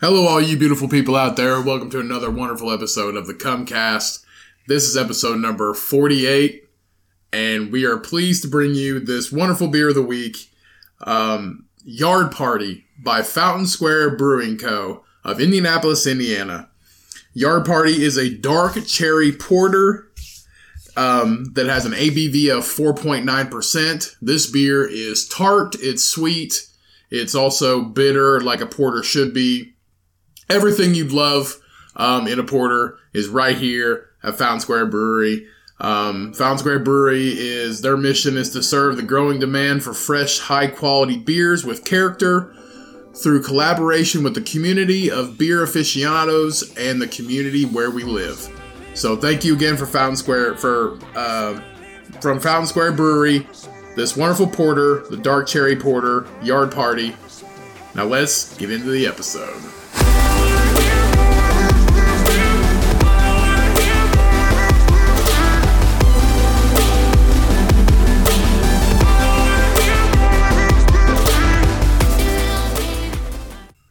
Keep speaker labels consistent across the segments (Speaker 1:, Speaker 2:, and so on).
Speaker 1: Hello, all you beautiful people out there. Welcome to another wonderful episode of the Comcast. This is episode number 48, and we are pleased to bring you this wonderful beer of the week um, Yard Party by Fountain Square Brewing Co. of Indianapolis, Indiana. Yard Party is a dark cherry porter um, that has an ABV of 4.9%. This beer is tart, it's sweet, it's also bitter, like a porter should be everything you'd love um, in a porter is right here at Fountain Square Brewery. Um, Fountain Square Brewery is their mission is to serve the growing demand for fresh, high quality beers with character through collaboration with the community of beer aficionados and the community where we live. So thank you again for Fountain Square for uh, from Fountain Square Brewery, this wonderful porter, the dark cherry porter, yard party. Now let's get into the episode.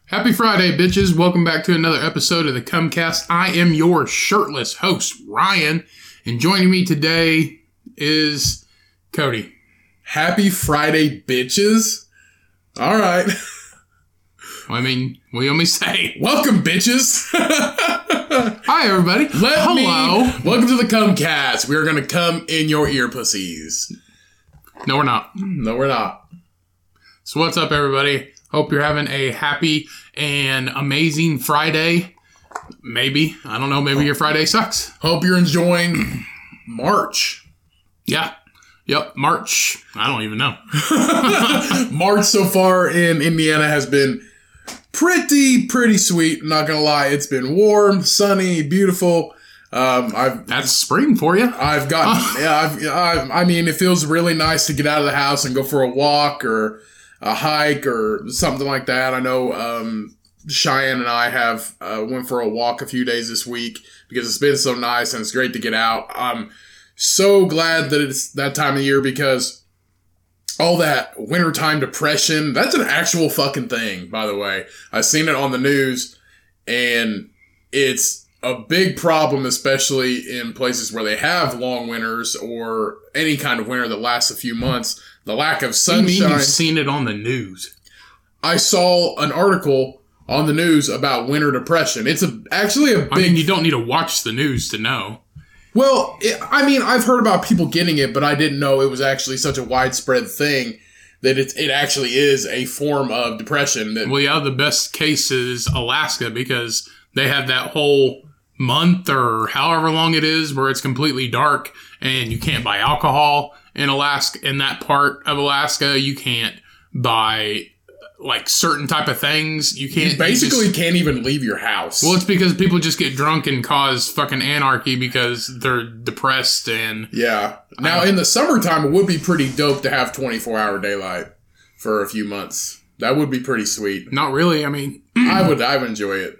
Speaker 1: Happy Friday, bitches. Welcome back to another episode of the Comcast. I am your shirtless host, Ryan, and joining me today is Cody. Happy Friday, bitches. All right.
Speaker 2: I mean, what do you want me to say?
Speaker 1: Welcome, bitches.
Speaker 2: Hi, everybody.
Speaker 1: Let
Speaker 2: Hello.
Speaker 1: Me, welcome to the Comcast. We are going to come in your ear pussies.
Speaker 2: No, we're not.
Speaker 1: No, we're not.
Speaker 2: So, what's up, everybody? Hope you're having a happy and amazing Friday. Maybe. I don't know. Maybe your Friday sucks.
Speaker 1: Hope you're enjoying March.
Speaker 2: Yeah. Yep. March. I don't even know.
Speaker 1: March so far in Indiana has been pretty, pretty sweet. Not gonna lie, it's been warm, sunny, beautiful. Um, I've
Speaker 2: That's spring for you.
Speaker 1: I've gotten yeah. I've, i I mean, it feels really nice to get out of the house and go for a walk or a hike or something like that. I know um, Cheyenne and I have uh, went for a walk a few days this week because it's been so nice and it's great to get out. I'm so glad that it's that time of year because all that wintertime depression that's an actual fucking thing by the way i've seen it on the news and it's a big problem especially in places where they have long winters or any kind of winter that lasts a few months the lack of
Speaker 2: You mean
Speaker 1: sunshine
Speaker 2: you've seen it on the news?
Speaker 1: i saw an article on the news about winter depression it's a, actually a big
Speaker 2: I mean, you don't need to watch the news to know.
Speaker 1: Well, it, I mean, I've heard about people getting it, but I didn't know it was actually such a widespread thing that it, it actually is a form of depression. That
Speaker 2: Well, yeah, the best case is Alaska because they have that whole month or however long it is where it's completely dark and you can't buy alcohol in Alaska. In that part of Alaska, you can't buy like certain type of things. You can't
Speaker 1: you basically
Speaker 2: you just-
Speaker 1: can't even leave your house.
Speaker 2: well, it's because people just get drunk and cause fucking anarchy because they're depressed and
Speaker 1: yeah. Now, in the summertime, it would be pretty dope to have 24 hour daylight for a few months. That would be pretty sweet.
Speaker 2: not really. I mean,
Speaker 1: I would, I would enjoy it.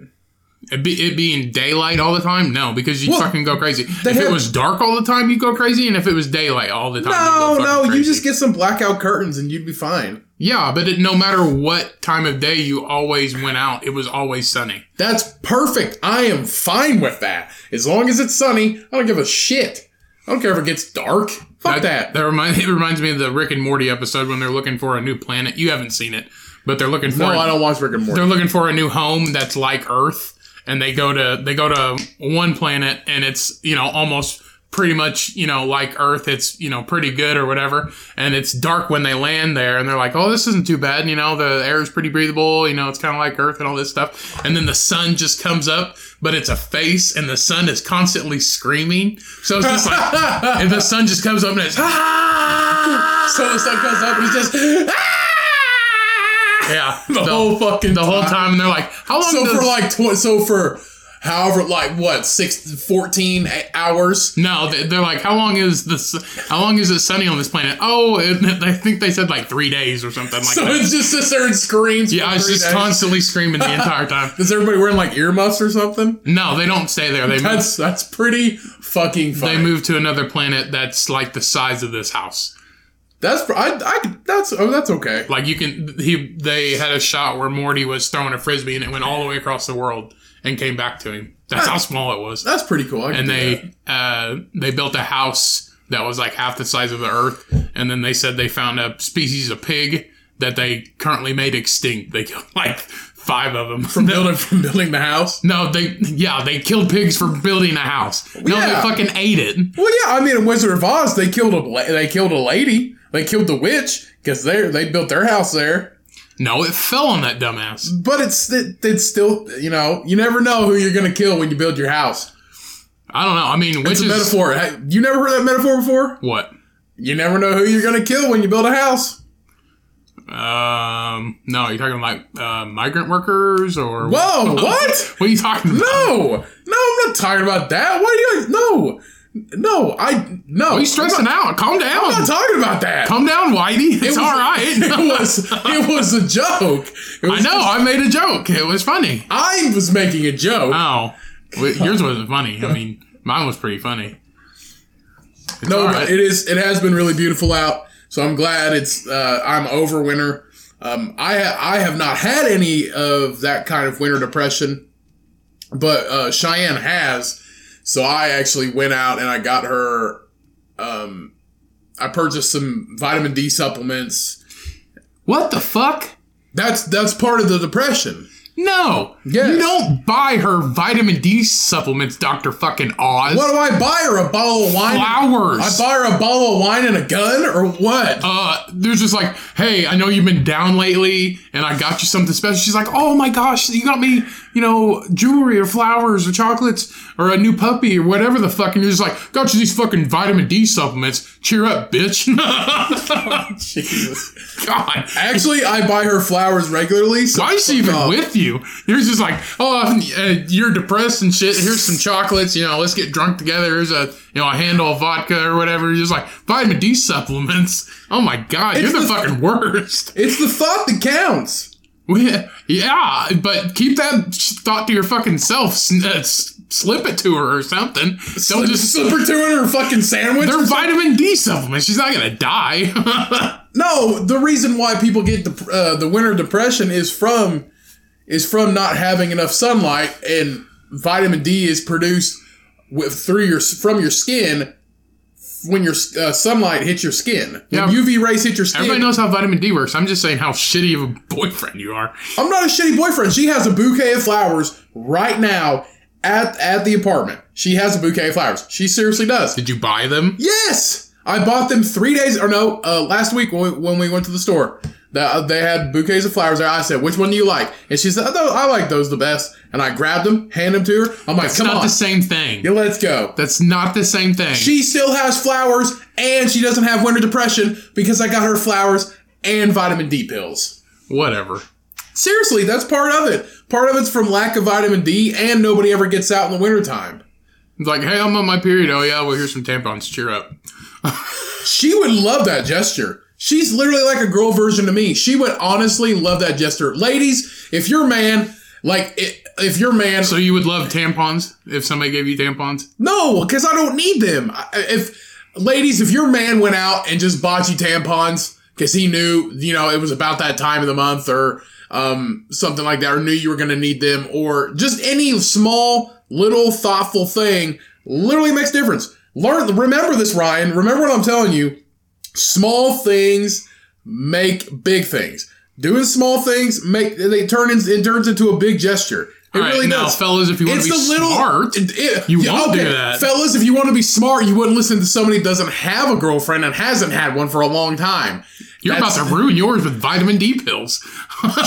Speaker 2: it, be, it being daylight all the time, no, because you
Speaker 1: Well,
Speaker 2: fucking go crazy. If
Speaker 1: they
Speaker 2: it
Speaker 1: have-
Speaker 2: was dark all the time, you go crazy, and if it was daylight all the time,
Speaker 1: No,
Speaker 2: you'd go fucking
Speaker 1: no, you
Speaker 2: crazy.
Speaker 1: just get some blackout curtains and you'd be fine.
Speaker 2: Yeah, but it, no matter what time of day you always went out, it was always sunny.
Speaker 1: That's perfect. I am fine with that. As long as it's sunny, I don't give a shit. I don't care if it gets dark. Fuck that.
Speaker 2: That remind, it reminds me of the Rick and Morty episode when they're looking for a new planet. You haven't seen it, but they're looking for
Speaker 1: No,
Speaker 2: a-
Speaker 1: I don't watch Rick and
Speaker 2: they're
Speaker 1: Morty.
Speaker 2: looking for a new home that's like Earth, and they go to they go to one planet and it's you know almost pretty much you know like Earth. It's you know pretty good or whatever, and it's dark when they land there, and they're like, oh, this isn't too bad. You know, the air is pretty breathable. You know, it's kind of like Earth and all this stuff. And then the sun just comes up, but it's a face, and the sun is constantly screaming. So it's just like, and the sun just comes up and it's. "Ah!"
Speaker 1: So the sun comes up and it's just
Speaker 2: Yeah,
Speaker 1: the whole fucking
Speaker 2: the whole time, and they're like, "How long?"
Speaker 1: So
Speaker 2: does-
Speaker 1: for like tw- so for however like what six 14 hours.
Speaker 2: No, they- they're like, how long is this? How long is it sunny on this planet? Oh, and I think they said like three days or something like
Speaker 1: So
Speaker 2: that.
Speaker 1: it's just sits there and screams. for
Speaker 2: Yeah, I was
Speaker 1: three
Speaker 2: just
Speaker 1: days.
Speaker 2: constantly screaming the entire time.
Speaker 1: Is everybody wearing like earmuffs or something?
Speaker 2: No, they don't stay there. They move,
Speaker 1: That's that's pretty fucking
Speaker 2: they
Speaker 1: fine.
Speaker 2: move to another planet that's like the size of this house.
Speaker 1: That's pr- I, I could- that's oh that's okay.
Speaker 2: Like you can, he they had a shot where Morty was throwing a frisbee and it went all the way across the world and came back to him. That's how small it was.
Speaker 1: That's pretty cool. I could
Speaker 2: And
Speaker 1: do
Speaker 2: they uh, they built a house that was like half the size of the Earth. And then they said they found a species of pig that they currently made extinct. They killed like five of them
Speaker 1: that. building from building the house.
Speaker 2: No, they yeah they killed pigs for building a house. No,
Speaker 1: Yeah.
Speaker 2: they fucking ate it.
Speaker 1: Well, yeah, I mean, in Wizard of Oz, they killed a la- they killed a lady. They killed the witch because they they built their house there.
Speaker 2: No, it fell on that dumbass.
Speaker 1: But it's it, it's still you know you never know who you're gonna kill when you build your house.
Speaker 2: I don't know. I mean,
Speaker 1: It's
Speaker 2: witches.
Speaker 1: a metaphor. Hey, You never heard that metaphor before?
Speaker 2: What?
Speaker 1: You never know who you're gonna kill when you build a house.
Speaker 2: Um, no, you're talking like uh, migrant workers or
Speaker 1: Whoa, what?
Speaker 2: What are you talking about?
Speaker 1: No, no, I'm not talking about that. Why do you? No, no, I no.
Speaker 2: Are you stressing
Speaker 1: I'm not,
Speaker 2: out? Calm down.
Speaker 1: I'm not talking about that.
Speaker 2: Calm down, Whitey.
Speaker 1: was-
Speaker 2: It's all right.
Speaker 1: It was it was a joke. It
Speaker 2: I
Speaker 1: was
Speaker 2: know. I made a joke. It was funny.
Speaker 1: I was making a joke.
Speaker 2: Oh, Well, yours wasn't funny. I mean, mine was pretty funny. It's
Speaker 1: no,
Speaker 2: all
Speaker 1: but
Speaker 2: right.
Speaker 1: it is. It has been really beautiful out. So I'm glad it's. Uh, I'm over winter. Um, I ha- I have not had any of that kind of winter depression, but uh, Cheyenne has. So I actually went out and I got her. Um, I purchased some vitamin D supplements.
Speaker 2: what the fuck?
Speaker 1: That's that's part of the depression.
Speaker 2: No.
Speaker 1: Yes.
Speaker 2: You don't buy her vitamin D supplements, Dr. fucking Oz.
Speaker 1: What do I buy her a bottle of wine?
Speaker 2: Flowers.
Speaker 1: I buy her a bottle of wine and a gun or what?
Speaker 2: uh, there's just like, hey, I know you've been down lately, and I got you something special. She's like, oh my gosh, you got me, you know, jewelry or flowers or chocolates or a new puppy or whatever the fuck. And you're just like, got you these fucking vitamin D supplements. Cheer up, bitch.
Speaker 1: Jesus.
Speaker 2: God.
Speaker 1: Actually, I buy her flowers regularly. So
Speaker 2: Why is she even with you? You're just like, oh, uh, you're depressed and shit. Here's some chocolates. You know, let's get drunk together. Here's a, you know, a handle of vodka or whatever. You're just like vitamin D supplements. Oh my god,
Speaker 1: It's
Speaker 2: you're the,
Speaker 1: the-
Speaker 2: fucking worst.
Speaker 1: It's the thought that counts.
Speaker 2: yeah, but keep that thought to your fucking self. S- uh, s- slip it to her or something. Don't just.
Speaker 1: slip her two in her fucking sandwich.
Speaker 2: They're vitamin D supplements. She's not gonna die.
Speaker 1: no, the reason why people get the uh, the winter depression is from is from not having enough sunlight, and vitamin D is produced with through your from your skin when your uh, sunlight hits your skin.
Speaker 2: Yeah.
Speaker 1: When UV rays hit your skin.
Speaker 2: Everybody knows how vitamin D works. I'm just saying how shitty of a boyfriend you are.
Speaker 1: I'm not a shitty boyfriend. She has a bouquet of flowers right now at at the apartment. She has a bouquet of flowers. She seriously does.
Speaker 2: Did you buy them?
Speaker 1: Yes, I bought them three days or no, uh, last week when we, when we went to the store. The, uh, they had bouquets of flowers there. I said, "Which one do you like?" And she said, "Oh, "I like those the best." And I grabbed them, hand them to her. I'm like, "Come
Speaker 2: It's not
Speaker 1: on,
Speaker 2: the same thing.
Speaker 1: yeah, let's go."
Speaker 2: That's not the same thing.
Speaker 1: She still has flowers, and she doesn't have winter depression because I got her flowers and vitamin D pills.
Speaker 2: Whatever.
Speaker 1: Seriously, that's part of it. Part of it's from lack of vitamin D, and nobody ever gets out in the wintertime.
Speaker 2: It's like, hey, I'm on my period. Oh yeah, well here's some tampons. Cheer up.
Speaker 1: She would love that gesture. She's literally like a girl version to me. She would honestly love that gesture. Ladies, if you're a man, like, i- if you're a man,
Speaker 2: So you would love tampons if somebody gave you tampons?
Speaker 1: no, because I don't need them. I- If, ladies, if your man went out and just bought you tampons because he knew, you know, it was about that time of the month or um, something like that, or knew you were going to need them, or just any small, little, thoughtful thing literally makes difference. Learn, remember this, Ryan. Remember what I'm telling you. Small things make big things. Doing small things make they turn in, it turns into a big gesture. It
Speaker 2: All right,
Speaker 1: really
Speaker 2: now,
Speaker 1: does
Speaker 2: fellas, if you want to be smart,
Speaker 1: it- it-
Speaker 2: You
Speaker 1: yeah,
Speaker 2: won't do that.
Speaker 1: fellas. If you want to be smart, you wouldn't listen to somebody who doesn't have a girlfriend and hasn't had one for a long time.
Speaker 2: you're about to
Speaker 1: that's-
Speaker 2: ruin yours with vitamin D pills.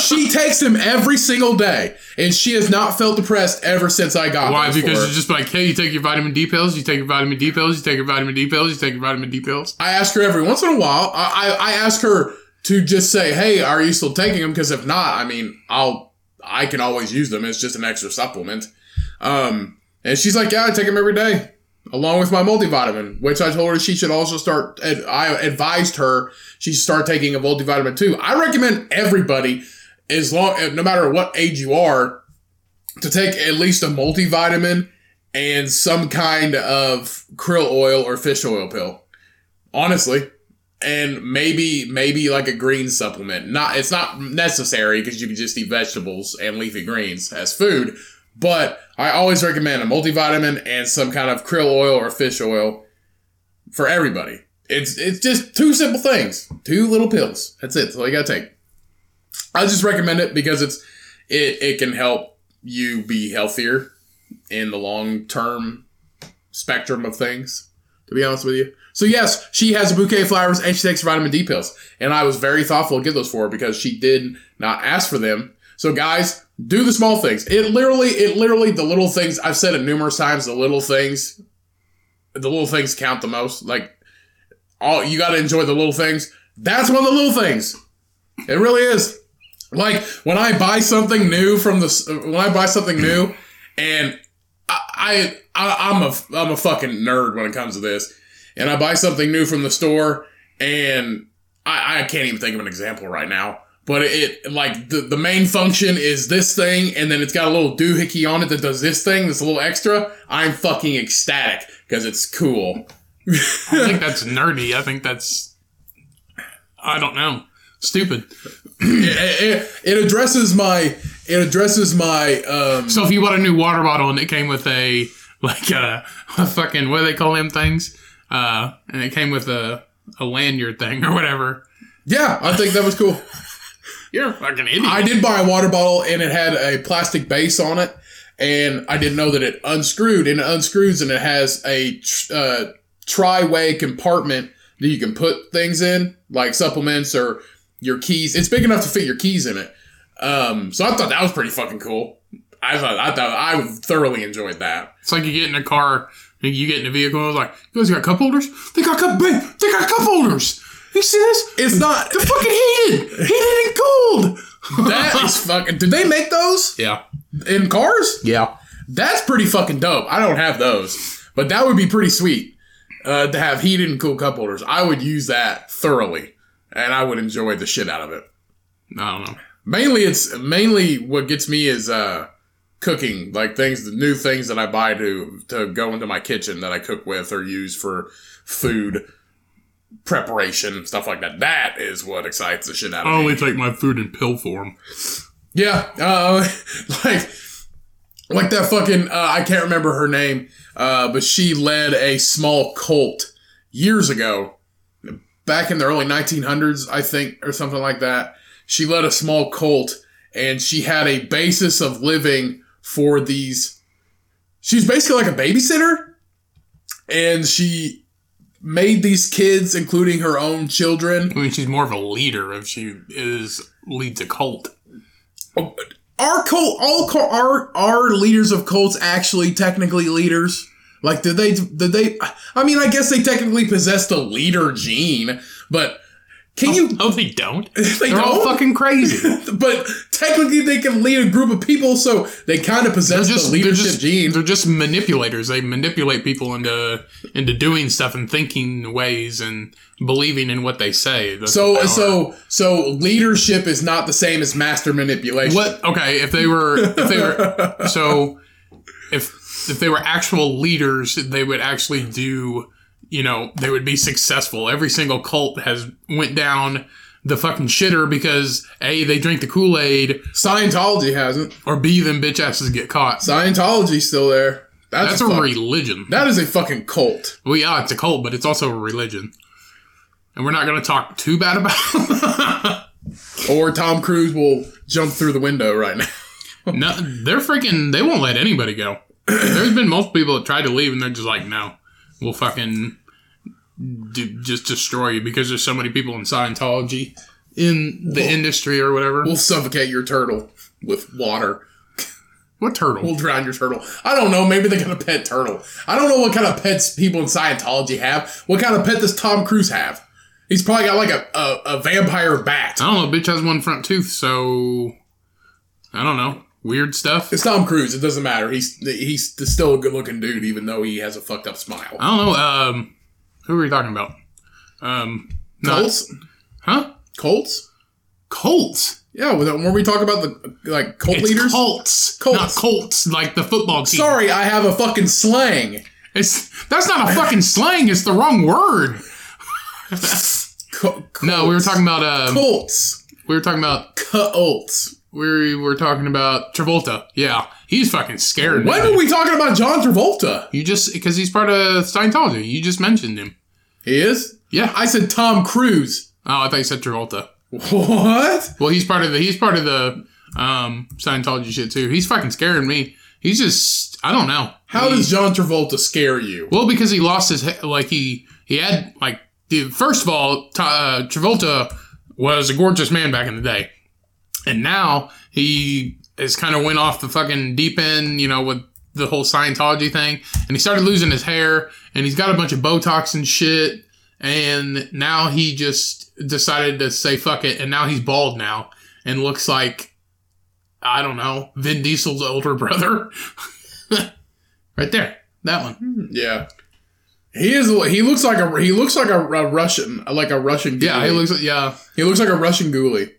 Speaker 1: She takes them every single day, and she has not felt depressed ever since I got.
Speaker 2: Why?
Speaker 1: those
Speaker 2: Because
Speaker 1: for her.
Speaker 2: you're just like, hey, you take your vitamin D pills, you take your vitamin D pills, you take your vitamin D pills, you take your vitamin D pills.
Speaker 1: I ask her every once in a while. I I, I ask her to just say, "Hey, are you still taking them?" Because if not, I mean, I'll I can always use them. It's just an extra supplement. Um, and she's like, "Yeah, I take them every day." Along with my multivitamin, which I told her she should also start. ad- I advised her she should start taking a multivitamin too. I recommend everybody, as long uh, no matter what age you are, to take at least a multivitamin and some kind of krill oil or fish oil pill. Honestly, and maybe maybe like a green supplement. Not it's not necessary because you can just eat vegetables and leafy greens as food. But I always recommend a multivitamin and some kind of krill oil or fish oil for everybody. It's it's just two simple things, two little pills. That's it. That's all you gotta take. I just recommend it because it's it it can help you be healthier in the long term spectrum of things. To be honest with you. So yes, she has a bouquet of flowers and she takes vitamin D pills. And I was very thoughtful to get those for her because she did not ask for them. So guys, do the small things. It literally, it literally, the little things. I've said it numerous times. The little things, the little things count the most. Like, all you got to enjoy the little things. That's one of the little things. It really is. Like when I buy something new from the when I buy something new, and I, I I'm a I'm a fucking nerd when it comes to this and I buy something new from the store, and I, I, can't even think of an example right now. But it, like the, the main function is this thing, and then it's got a little doohickey on it that does this thing, this little extra. I'm fucking ecstatic because it's cool.
Speaker 2: I don't think that's nerdy. I think that's I don't know, stupid.
Speaker 1: it, it, it, addresses my it addresses my. Um,
Speaker 2: so if you bought a new water bottle and it came with a like a, a fucking what do they call them things? uh, and it came with a, a lanyard thing or whatever.
Speaker 1: Yeah, I think that was cool.
Speaker 2: You're a fucking idiot.
Speaker 1: I did buy a water bottle and it had a plastic base on it, and I didn't know that it unscrewed and it unscrews and it has a uh, tri-way compartment that you can put things in, like supplements or your keys. It's big enough to fit your keys in it. Um, so I thought that was pretty fucking cool. I thought I thought I thoroughly enjoyed that.
Speaker 2: It's like you get in a car you get in a vehicle and it's like, you guys got cup holders? They got cup babe, they got cup holders. You see this?
Speaker 1: It's not
Speaker 2: They're fucking heated. heated and cold.
Speaker 1: That is fucking do they make those?
Speaker 2: Yeah.
Speaker 1: In cars?
Speaker 2: Yeah.
Speaker 1: That's pretty fucking dope. I don't have those. But that would be pretty sweet. Uh, to have heated and cool cup holders. I would use that thoroughly. And I would enjoy the shit out of it.
Speaker 2: I don't know.
Speaker 1: Mainly it's mainly what gets me is uh cooking, like things, the new things that I buy to to go into my kitchen that I cook with or use for food preparation, stuff like that. That is what excites the shit out of
Speaker 2: I
Speaker 1: me.
Speaker 2: only take my food in pill form.
Speaker 1: Yeah, uh, like like that fucking uh, I can't remember her name, uh, but she led a small cult years ago, back in the early 1900s, I think, or something like that. She led a small cult. And she had a basis of living for these. She's basically like a babysitter. And she made these kids, including her own children.
Speaker 2: I mean, she's more of a leader if she is leads a cult.
Speaker 1: Our cult, all cult, our our leaders of cults actually technically leaders? Like, did they? Did they? I mean, I guess they technically possess the leader gene, but can
Speaker 2: oh,
Speaker 1: you?
Speaker 2: Oh, they don't.
Speaker 1: they
Speaker 2: They're
Speaker 1: don't?
Speaker 2: all fucking crazy.
Speaker 1: but technically, they can lead a group of people, so they kind of possess
Speaker 2: just-
Speaker 1: the
Speaker 2: they're
Speaker 1: leadership
Speaker 2: just-
Speaker 1: gene.
Speaker 2: They're just manipulators. They manipulate people into into doing stuff and thinking ways and believing in what they say. That's what
Speaker 1: So,
Speaker 2: they are.
Speaker 1: so, so leadership is not the same as master manipulation.
Speaker 2: What? Okay, if they were, if they were, so if if they were actual leaders, they would actually do. You know, they would be successful. Every single cult has went down the fucking shitter because a they drink the Kool Aid,
Speaker 1: Scientology hasn't.
Speaker 2: or b them bitch asses get caught.
Speaker 1: Scientology's still there. That's,
Speaker 2: That's
Speaker 1: a
Speaker 2: a
Speaker 1: fuck-
Speaker 2: religion.
Speaker 1: that is a fucking cult.
Speaker 2: Well, yeah, it's a cult, but it's also a religion. And we're not going to talk too bad about it.
Speaker 1: Or Tom Cruise will jump through the window right now.
Speaker 2: no, they're freaking, they won't let anybody go. There's been most people that tried to leave and they're just like, no, we'll fucking do, just destroy you because there's so many people in Scientology in the industry or whatever.
Speaker 1: We'll suffocate your turtle with water.
Speaker 2: what turtle?
Speaker 1: We'll drown your turtle. I don't know. Maybe they got a pet turtle. I don't know what kind of pets people in Scientology have. What kind of pet does Tom Cruise have? He's probably got like a, a, a vampire bat.
Speaker 2: I don't know. Bitch has one front tooth, so I don't know. Weird stuff.
Speaker 1: It's Tom Cruise. It doesn't matter. He's he's still a good looking dude, even though he has a fucked up smile.
Speaker 2: I don't know. Um, who are we talking about? Um, not-
Speaker 1: Colts,
Speaker 2: Huh?
Speaker 1: Colts.
Speaker 2: Colts.
Speaker 1: Yeah, with- when we talk about the like cult
Speaker 2: It's
Speaker 1: leaders.
Speaker 2: Colts,
Speaker 1: Colts.
Speaker 2: not Colts like the football team.
Speaker 1: Sorry, I have a fucking slang.
Speaker 2: it's that's not a fucking slang. It's the wrong word.
Speaker 1: Co-
Speaker 2: No, we were
Speaker 1: cults.
Speaker 2: talking about uh,
Speaker 1: Colts.
Speaker 2: we were talking about
Speaker 1: Colts.
Speaker 2: we were talking about Travolta. Yeah, he's fucking scared.
Speaker 1: When
Speaker 2: man.
Speaker 1: are we talking about John Travolta?
Speaker 2: You just because he's part of Scientology. You just mentioned him.
Speaker 1: He is?
Speaker 2: Yeah.
Speaker 1: I said Tom Cruise.
Speaker 2: Oh, I thought you said Travolta.
Speaker 1: What?
Speaker 2: Well, he's part of the he's part of the um Scientology shit too. He's fucking scaring me. He's just I don't know
Speaker 1: How does John Travolta scare you?
Speaker 2: Well, because he lost his he- like he he had like dude, first of all, Ta- uh, Travolta was a gorgeous man back in the day, and now he has kind of went off the fucking deep end, you know, with the whole Scientology thing, and he started losing his hair, and he's got a bunch of Botox and shit, and now he just decided to say fuck it, and now he's bald now and looks like. I don't know. Vin Diesel's older brother. right there. That one.
Speaker 1: Yeah. He is. He looks like a. He looks like a, a Russian. Like a Russian. Ghoulie.
Speaker 2: Yeah, he looks. Yeah,
Speaker 1: He looks like a Russian ghoulie.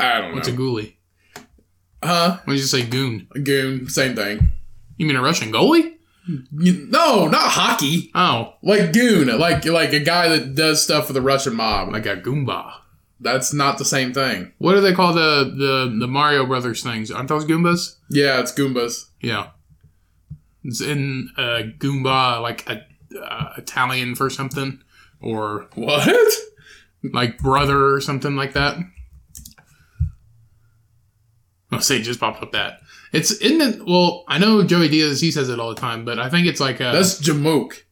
Speaker 1: I don't know.
Speaker 2: what's a ghoulie?
Speaker 1: huh?
Speaker 2: What did you say, goon?
Speaker 1: Goon. Same thing.
Speaker 2: You mean a Russian goalie?
Speaker 1: You- no, not hockey.
Speaker 2: Oh,
Speaker 1: Like goon. Like like a guy that does stuff for the Russian mob. Like
Speaker 2: like a goomba.
Speaker 1: that's not the same thing.
Speaker 2: What do they call the the the Mario Brothers things? Aren't those goombas?
Speaker 1: Yeah, it's goombas.
Speaker 2: Yeah, it's in uh, goomba like a uh, Italian for something or
Speaker 1: What?
Speaker 2: like brother or something like that. I'll say it just popped up that it's in the well. I know Joey Diaz he says it all the time, but I think it's like a,
Speaker 1: That's Jamoke.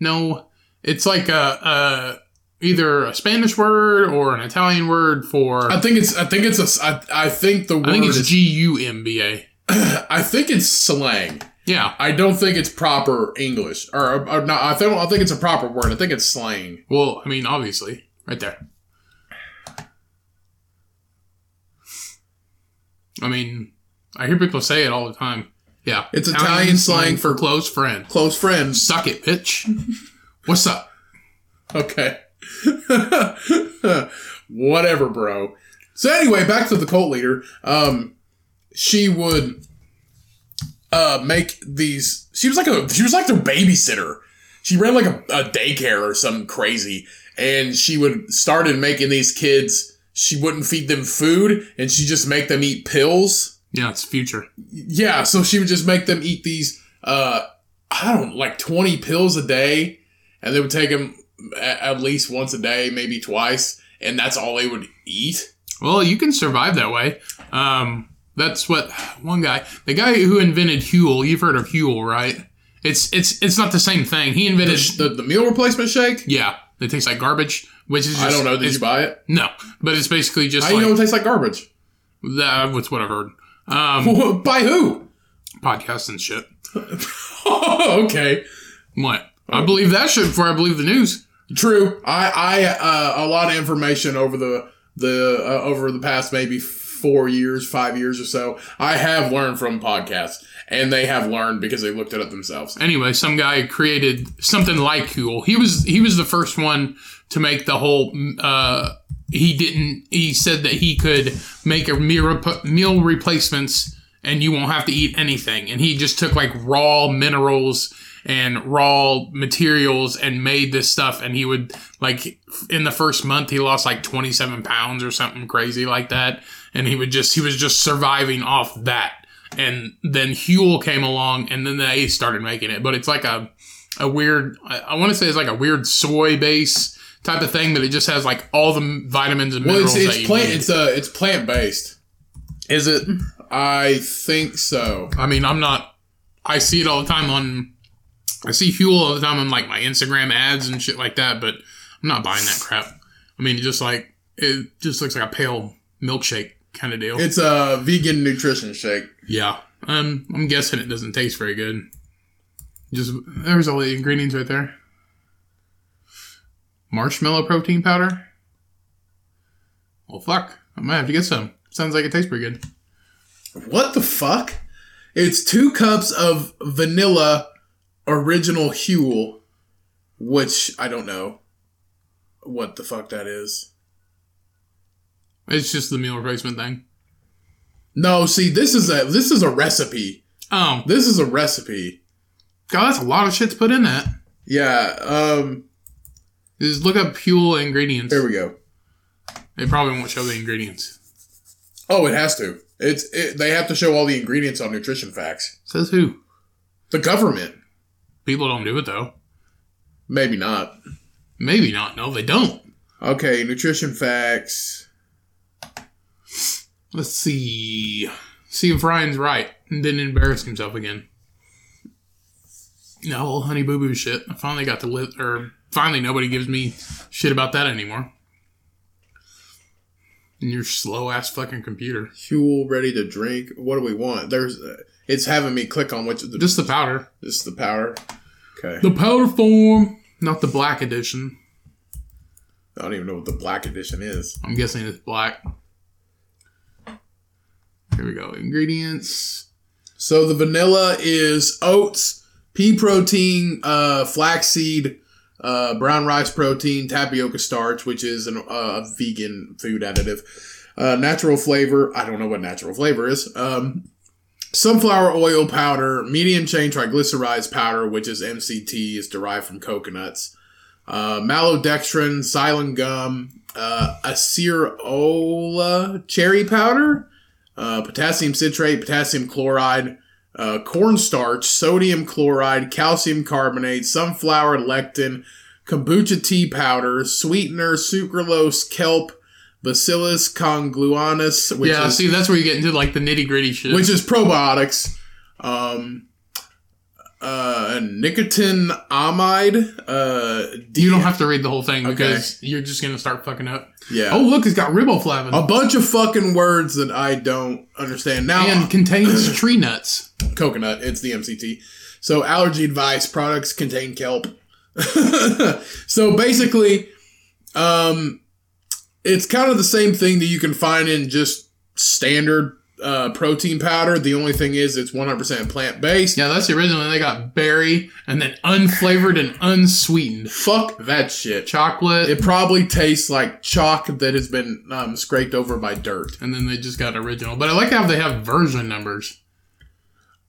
Speaker 2: No, it's like a, a either a Spanish word or an Italian word for.
Speaker 1: I
Speaker 2: I,
Speaker 1: think it's. I think it's a. s- I, I think the word.
Speaker 2: think it's
Speaker 1: is-
Speaker 2: G U M B A.
Speaker 1: I think it's slang.
Speaker 2: Yeah.
Speaker 1: I don't think it's proper English, or, or not. I think I think it's a proper word. I think it's slang.
Speaker 2: Well, I mean, obviously, right there. I mean, I hear people say it all the time. Yeah,
Speaker 1: It's Italian slang
Speaker 2: for close friend.
Speaker 1: Close friends.
Speaker 2: Suck it, bitch. What's up?
Speaker 1: Okay. Whatever, bro. So anyway, back to the cult leader. Um, she would uh make these. She was like a. She was like their babysitter. She ran like a, a daycare or something crazy, and she would started making these kids. She wouldn't feed them food, and she just make them eat pills.
Speaker 2: Yeah, it's future.
Speaker 1: Yeah, so she would just make them eat these, uh, I don't like twenty pills a day, and they would take them a- at least once a day, maybe twice, and that's all they would eat.
Speaker 2: Well, you can survive that way. Um, that's what one guy, the guy who invented Huel. You've heard of Huel, right? It's it's it's not the same thing. He
Speaker 1: The,
Speaker 2: invented
Speaker 1: the, the meal replacement shake.
Speaker 2: yeah, it tastes like garbage, which is just,
Speaker 1: I don't know. Did
Speaker 2: it's-
Speaker 1: you buy it?
Speaker 2: no, but it's basically just
Speaker 1: How do you
Speaker 2: like
Speaker 1: know it tastes like garbage?
Speaker 2: that. What's what I've heard. Um,
Speaker 1: By who?
Speaker 2: podcasts and shit.
Speaker 1: okay,
Speaker 2: What I believe that shit before I believe the news.
Speaker 1: true. I I uh, a lot of information over the the uh, over the past maybe four years, five years or so. I have learned from podcasts, and they have learned because they looked it up themselves.
Speaker 2: Anyway, some guy created something like Huel. He was he was the first one to make the whole. Uh, he didn't. He said that he could make a meal, rep- meal replacements, and you won't have to eat anything. And he just took like raw minerals and raw materials and made this stuff. And he would like in the first month he lost like twenty seven pounds or something crazy like that. And he would just he was just surviving off that. And then Huel came along, and then they started making it. But it's like a a weird I, I want to say it's like a weird soy base type of thing but it just has like all the m- vitamins and
Speaker 1: Well,
Speaker 2: minerals
Speaker 1: it's
Speaker 2: that
Speaker 1: it's
Speaker 2: you
Speaker 1: plant
Speaker 2: need.
Speaker 1: it's uh it's plant based. Is it? I think so.
Speaker 2: I mean I'm not I see it all the time on I see fuel all the time on like my Instagram ads and shit like that but I'm not buying that crap I mean it just like it just looks like a pale milkshake kind of deal
Speaker 1: It's a vegan nutrition shake.
Speaker 2: yeah um I'm guessing it doesn't taste very good just there's all the ingredients right there marshmallow protein powder well fuck I might have to get some sounds like it tastes pretty good
Speaker 1: What the fuck? It's two cups of vanilla original Huel, which I don't know what the fuck that is.
Speaker 2: It's just the meal replacement thing.
Speaker 1: No, see, this is a this is a recipe.
Speaker 2: Oh,
Speaker 1: This is a recipe.
Speaker 2: God, that's a lot of shit to put in that.
Speaker 1: Yeah. Um.
Speaker 2: Just look up Huel ingredients.
Speaker 1: There we go.
Speaker 2: They probably won't show the ingredients.
Speaker 1: Oh, it has to. It's it, they have to show all the ingredients on nutrition facts.
Speaker 2: Says who?
Speaker 1: The government,
Speaker 2: People don't do it though.
Speaker 1: maybe not.
Speaker 2: Maybe not. No, they don't.
Speaker 1: Okay, nutrition facts.
Speaker 2: Let's see. See if Ryan's right and didn't embarrass himself again. No, old honey boo boo shit. I finally got to live, or finally nobody gives me shit about that anymore. And your slow ass fucking computer.
Speaker 1: Fuel ready to drink. What do we want? There's. Uh, it's having me click on which. The,
Speaker 2: Just the powder.
Speaker 1: this is the power. Okay.
Speaker 2: The powder form, not the black edition.
Speaker 1: I don't even know what the black edition is.
Speaker 2: I'm guessing it's black. Here we go. Ingredients.
Speaker 1: So the vanilla is oats, pea protein, uh, flaxseed, uh, brown rice protein, tapioca starch, which is an, uh, a vegan food additive, uh, natural flavor. I don't know what natural flavor is. Um, sunflower oil powder, medium chain triglycerides powder, which is MCT, is derived from coconuts. Uh, malodextrin, xylem gum, uh, acerola cherry powder, uh, potassium citrate, potassium chloride, uh, cornstarch, sodium chloride, calcium carbonate, sunflower lectin, kombucha tea powder, sweetener, sucralose, kelp, bacillus congluanus, which
Speaker 2: yeah,
Speaker 1: is
Speaker 2: see, that's where you get into like the nitty gritty shit.
Speaker 1: which is probiotics. Um, uh, nicotinamide. Uh,
Speaker 2: you don't have to read the whole thing
Speaker 1: Okay.
Speaker 2: because you're just gonna start fucking up.
Speaker 1: yeah.
Speaker 2: Oh, look, it's got riboflavin
Speaker 1: A bunch of fucking words that I don't understand now.
Speaker 2: and contains tree nuts.
Speaker 1: coconut. It's the MCT. So allergy advice: products contain kelp. so basically, um, it's kind of the same thing that you can find in just standard uh, protein powder. The only thing is it's 100% plant based.
Speaker 2: Yeah, that's the original. They got berry and then unflavored and unsweetened
Speaker 1: Fuck that shit.
Speaker 2: chocolate,
Speaker 1: It probably tastes like chalk that has been um, scraped over by dirt.
Speaker 2: and then they just got original. But I like how they have version numbers.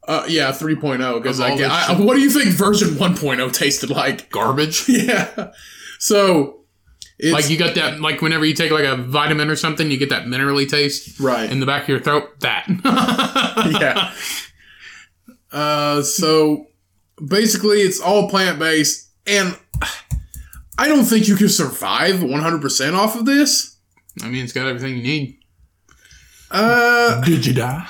Speaker 1: Uh, yeah, 3.0. Because
Speaker 2: Of all
Speaker 1: I, get-
Speaker 2: this
Speaker 1: I, what do you think version 1.0 tasted like?
Speaker 2: Garbage.
Speaker 1: yeah. So, it's
Speaker 2: like you got that. Like whenever you take like a vitamin or something, you get that minerally taste
Speaker 1: right.
Speaker 2: in the back of your throat. That.
Speaker 1: yeah. Uh, so basically, it's all plant based, and I don't think you can survive 100% off of this.
Speaker 2: I mean, it's got everything you need.
Speaker 1: Uh,
Speaker 2: Did you die?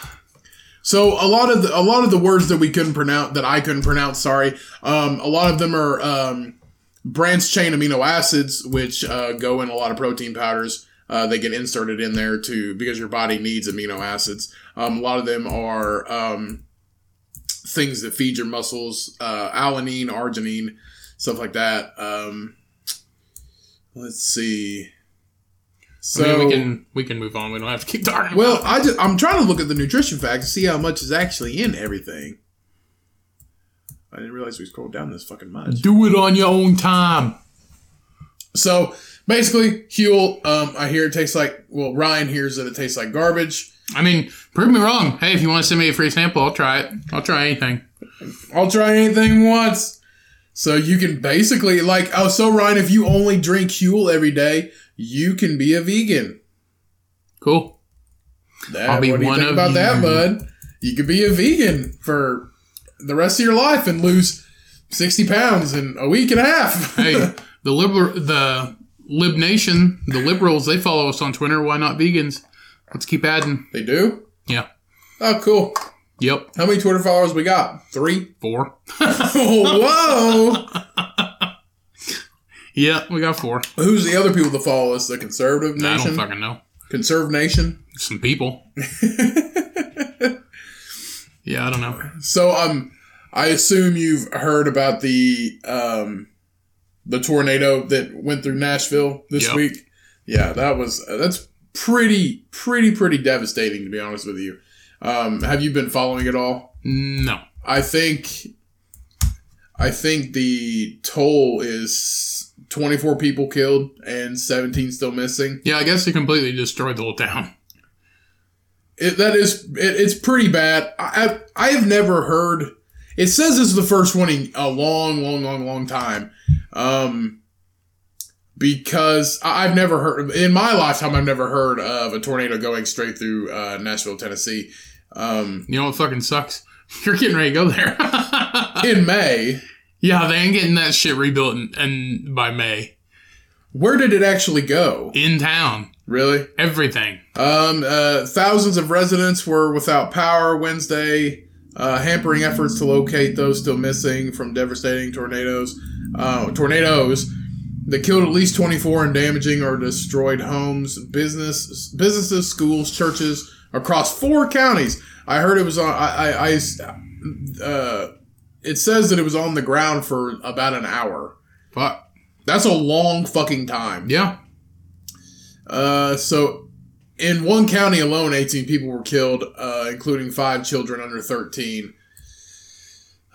Speaker 1: So a lot of the, a lot of the words that we couldn't pronounce that I couldn't pronounce, sorry. Um, a lot of them are um, branched chain amino acids, which uh, go in a lot of protein powders. Uh, they get inserted in there to because your body needs amino acids. Um, a lot of them are um, things that feed your muscles, uh, alanine, arginine, stuff like that. Um, let's see. So
Speaker 2: I mean, we can we can move on. We don't have to keep talking.
Speaker 1: well, I just, I'm trying to look at the nutrition facts and see how much is actually in everything. I didn't realize we scrolled down this fucking much.
Speaker 2: do it on your own time.
Speaker 1: So basically, Huel, um, I hear it tastes like. Well, Ryan hears that it tastes like garbage.
Speaker 2: I mean, prove me wrong. Hey, if you want to send me a free sample, I'll try it. I'll try anything.
Speaker 1: I'll try anything once. So you can basically like. Oh, so Ryan, if you only drink Huel every day, you can be a vegan.
Speaker 2: Cool.
Speaker 1: That,
Speaker 2: I'll be
Speaker 1: what do you
Speaker 2: one
Speaker 1: think
Speaker 2: of
Speaker 1: about that,
Speaker 2: you.
Speaker 1: bud? You could be a vegan for the rest of your life and lose sixty pounds in a week and a half.
Speaker 2: Hey, the liberal, the lib nation, the liberals, they follow us on Twitter. Why not vegans? Let's keep adding.
Speaker 1: they do.
Speaker 2: Yeah.
Speaker 1: Oh, cool.
Speaker 2: Yep.
Speaker 1: How many Twitter followers we got? Three.
Speaker 2: Four.
Speaker 1: Oh,
Speaker 2: Yeah, we got four.
Speaker 1: whoa! Who's the other people that follow us? The conservative
Speaker 2: I
Speaker 1: nation.
Speaker 2: don't fucking know.
Speaker 1: Conserve nation.
Speaker 2: Some people. yeah, I don't know.
Speaker 1: So um, I assume you've heard about the um, the tornado that went through Nashville this
Speaker 2: Yep.
Speaker 1: week. Yeah, that was uh, that's pretty pretty pretty devastating to be honest with you. Um, have you been following it all?
Speaker 2: No.
Speaker 1: I think I think the toll is 24 people killed and 17 still missing.
Speaker 2: Yeah, I guess it completely destroyed the whole town.
Speaker 1: It, that is it, it's pretty bad. I, I I have never heard it says this is the first one in a long long long long time. Um because I- I've never heard in my lifetime I've never heard of a tornado going straight through uh, Nashville, Tennessee. Um,
Speaker 2: You know what fucking sucks? You're getting ready to go there.
Speaker 1: in May,
Speaker 2: yeah, they ain't getting that shit rebuilt in, in, by May.
Speaker 1: where did it actually go?
Speaker 2: In town.
Speaker 1: Really?
Speaker 2: Everything.
Speaker 1: Um, uh, thousands of residents were without power Wednesday, uh, hampering efforts to locate those still missing from devastating tornadoes. Uh, tornadoes that killed at least 24 and damaging or destroyed homes, business, businesses, schools, churches across four counties. I heard it was on. I, I, I s- uh, it says that it was on the ground for about an hour.
Speaker 2: Fuck.
Speaker 1: That's a long fucking time.
Speaker 2: Yeah.
Speaker 1: Uh, so, in one county alone, 18 people were killed, uh, including five children under 13.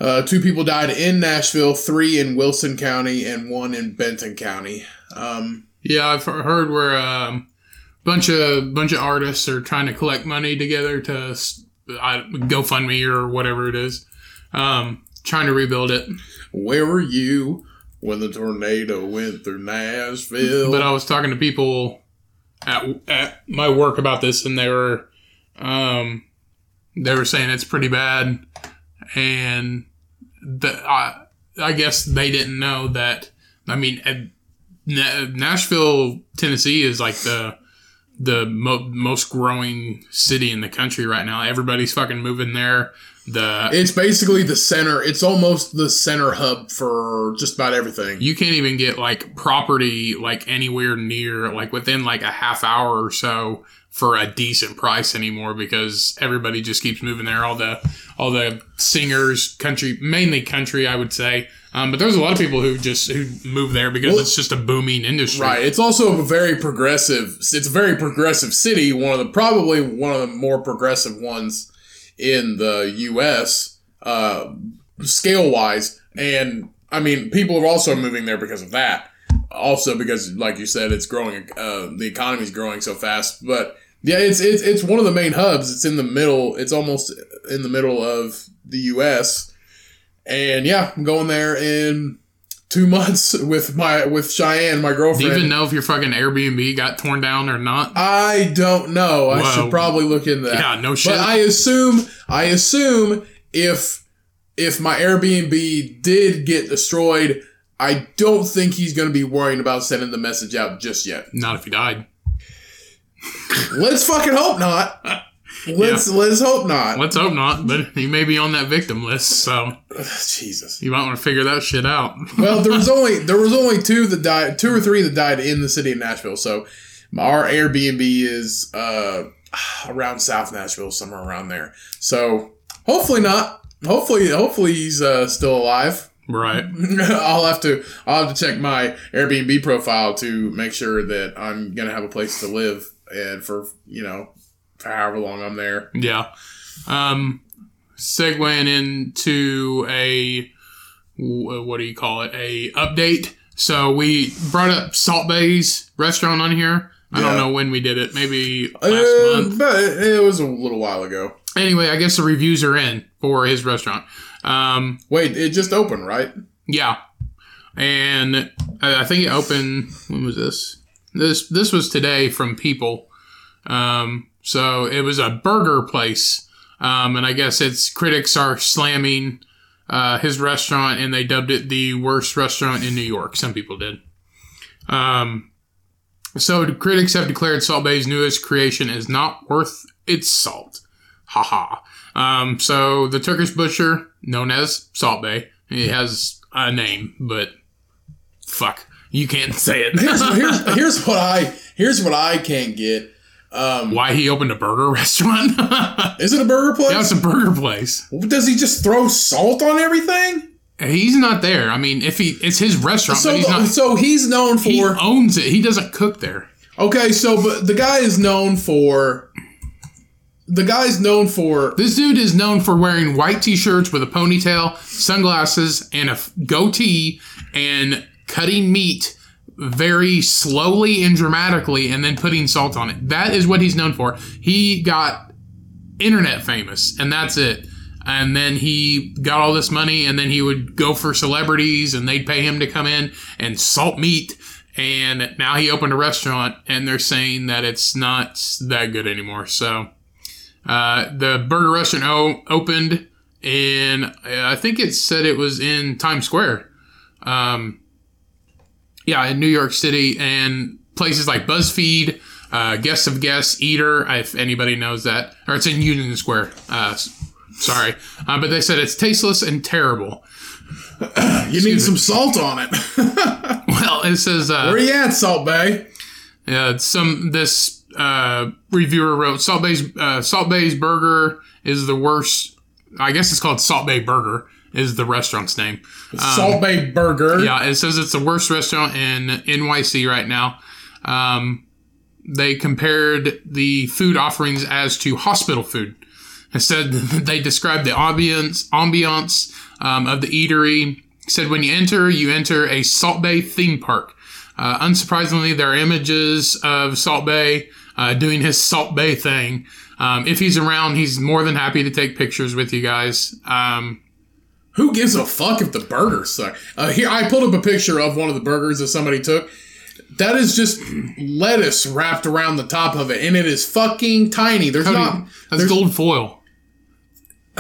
Speaker 1: Uh, two people died in Nashville, three in Wilson County, and one in Benton County. Um,
Speaker 2: Yeah, I've heard where um, bunch of bunch of artists are trying to collect money together to s- I, GoFundMe or whatever it is, um, trying to rebuild it.
Speaker 1: where were you when the tornado went through Nashville?
Speaker 2: But I was talking to people at at my work about this, and they were um, they were saying it's pretty bad, and the, I I guess they didn't know that. I mean, at Na- Nashville, Tennessee, is like the the mo- most growing city in the country right now. Everybody's fucking moving there. The
Speaker 1: it's basically the center. It's almost the center hub for just about everything.
Speaker 2: you can't even get like property like anywhere near like within like a half hour or so for a decent price anymore because everybody just keeps moving there all the all the singers country mainly country i would say um, but there's a lot of people who just who move there because
Speaker 1: Well-
Speaker 2: it's just a booming industry
Speaker 1: Right. It's also a very progressive. It's a very progressive city. One of the probably one of the more progressive ones in the U.S. Uh, scale wise, and I mean, people are also moving there because of that. Also, because like you said, it's growing. Uh, the economy's growing so fast, but yeah, it's it's it's one of the main hubs. It's in the middle. It's almost in the middle of the U.S. And yeah, I'm going there in two months with my with Cheyenne, my
Speaker 2: do you
Speaker 1: girlfriend.
Speaker 2: even know if your fucking airbnb got torn down or
Speaker 1: Uh,
Speaker 2: not
Speaker 1: I don't know. I
Speaker 2: Whoa.
Speaker 1: should probably look into that.
Speaker 2: yeah no shit
Speaker 1: But I assume I assume if if my Airbnb did get destroyed, I don't think he's going to be worrying about sending the message out just yet.
Speaker 2: not if you died
Speaker 1: Let's fucking hope not. Let's let's hope not.
Speaker 2: let's hope not but you may be on that victim list so
Speaker 1: Jesus.
Speaker 2: you might want to figure that shit out
Speaker 1: Well, there was only there was only two that died, two or three that died in the city of Nashville. So our Airbnb is uh, around South Nashville, somewhere around there. So hopefully not. Hopefully, hopefully he's uh, still alive.
Speaker 2: right
Speaker 1: I'll have to I'll have to check my Airbnb profile to make sure that I'm gonna have a place to live and for you know for however long I'm there.
Speaker 2: Yeah. Um, segueing into a wh- what do you call it? A update. So we brought up Salt Bay's restaurant on here. I don't
Speaker 1: Yeah.
Speaker 2: know when we did it. Maybe last
Speaker 1: Uh,
Speaker 2: month.
Speaker 1: but it it was a little while ago.
Speaker 2: Anyway, I guess the reviews are in for his restaurant. Um,
Speaker 1: Wait, it just opened, right?
Speaker 2: yeah, and I, I think it opened. When was this? This this was today from People. Um, so it was a burger place, um, and I guess its critics are slamming uh, his restaurant, and they dubbed it the worst restaurant in New York. Some people did. Um, so the critics have declared Salt Bay's newest creation is not worth its salt. Ha ha. Um, so the Turkish butcher, known as Salt Bay, he has a name, but fuck, you can't say it.
Speaker 1: Here's, here's, here's what I here's what I can't get. Um,
Speaker 2: why he opened a burger restaurant. yeah,
Speaker 1: is it a burger
Speaker 2: it's
Speaker 1: place?
Speaker 2: a burger place.
Speaker 1: Does he just throw salt on everything?
Speaker 2: He's not there. I mean, if he, it's his restaurant,
Speaker 1: So
Speaker 2: but he's
Speaker 1: the-
Speaker 2: not.
Speaker 1: so he's known for
Speaker 2: He uh, owns it. He doesn't cook there.
Speaker 1: okay. So but the guy is known for the guy's known for
Speaker 2: This dude is known for wearing white t-shirts with a ponytail, sunglasses, and a f- goatee, and cutting meat very slowly and dramatically, and then putting salt on it. That is what he's known for. He got internet famous, and that's it. And then he got all this money, and then he would go for celebrities, and they'd pay him to come in and salt meat and now he opened a restaurant, and they're saying that it's not that good anymore. So uh, the burger restaurant o- opened in, uh, I think it said it was in Times Square. Um, yeah, in New York City, and places like BuzzFeed, uh, Guest of Guests, Eater, if anybody knows that, or it's in Union Square. Uh, s- sorry, uh, but they said it's tasteless and terrible.
Speaker 1: You need some salt on it.
Speaker 2: Well, it says uh,
Speaker 1: Where you at, Salt Bay?
Speaker 2: Uh, some this uh, reviewer wrote Salt Bay's uh, Salt Bay's burger is the worst. I guess it's called Salt Bay Burger is the restaurant's name.
Speaker 1: Salt Bay Burger.
Speaker 2: Um, Yeah, it says it's the worst restaurant in NYC right now. Um, they compared the food offerings as to hospital food. Instead, they described the ambience, ambiance um, of the eatery. Said when you enter, you enter a Salt Bay theme park. Uh, unsurprisingly, there are images of Salt Bay uh, doing his Salt Bay thing. Um, if he's around, he's more than happy to take pictures with you guys. Um,
Speaker 1: Who gives a fuck if the burger sucks? Uh, here, I pulled up a picture of one of the burgers that somebody took. That is just lettuce wrapped around the top of it, and it is fucking tiny. There's not.
Speaker 2: that's gold foil.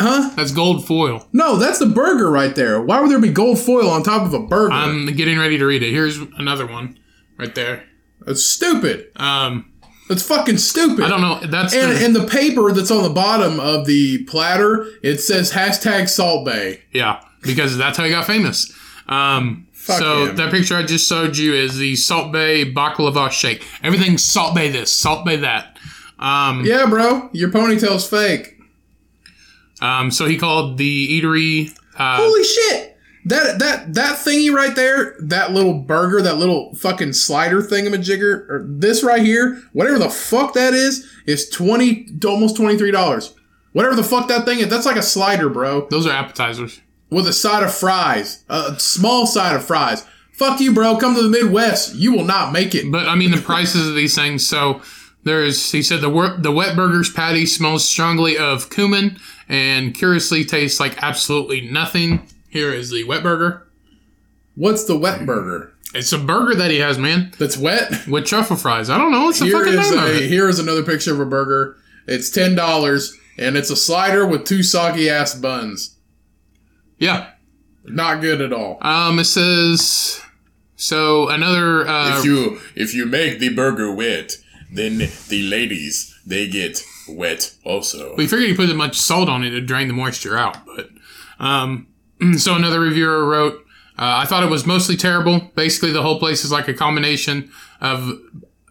Speaker 2: Huh? That's gold foil.
Speaker 1: No, that's the burger right there. Why would there be gold foil on top of a burger?
Speaker 2: I'm getting ready to read it. Here's another one right there.
Speaker 1: that's stupid.
Speaker 2: Um,
Speaker 1: That's fucking stupid.
Speaker 2: I don't know. That's the,
Speaker 1: And, and the paper that's on the bottom of the platter, it says hashtag Salt Bay.
Speaker 2: yeah, because that's how he got famous. Um, so
Speaker 1: him.
Speaker 2: that picture I just showed you is the Salt Bay baklava shake. Everything's Salt Bay this, Salt Bay that. Um,
Speaker 1: Yeah, bro, your ponytail's fake.
Speaker 2: um, so he called the eatery. Uh,
Speaker 1: Holy shit! That that that thingy right there, that little burger, that little fucking slider thingamajigger, or this right here, whatever the fuck that is, is twenty almost twenty three dollars. Whatever the fuck that thing is, that's like a slider, bro,
Speaker 2: those are appetizers.
Speaker 1: with a side of fries, a small side of fries. Fuck you, bro. Come to the Midwest. You will not make it.
Speaker 2: But I mean the prices of these things. So there's he said the wor- the wet burgers patty smells strongly of cumin and curiously tastes like absolutely nothing. Here is the wet burger.
Speaker 1: What's the wet burger?
Speaker 2: It's a burger that he has, man,
Speaker 1: That's wet.
Speaker 2: with truffle fries. I don't know. It's the
Speaker 1: Here
Speaker 2: fucking
Speaker 1: is
Speaker 2: name of
Speaker 1: a,
Speaker 2: it.
Speaker 1: here is another picture of a burger. It's ten dollars, and it's a slider with two soggy ass buns.
Speaker 2: Yeah.
Speaker 1: Not good at all.
Speaker 2: Um, it says so another uh,
Speaker 3: If you if you make the burger wet, then the ladies they get wet also.
Speaker 2: we figured he put as much salt on it to drain the moisture out, but um, so another reviewer wrote, uh, "I thought it was mostly terrible. Basically, the whole place is like a combination of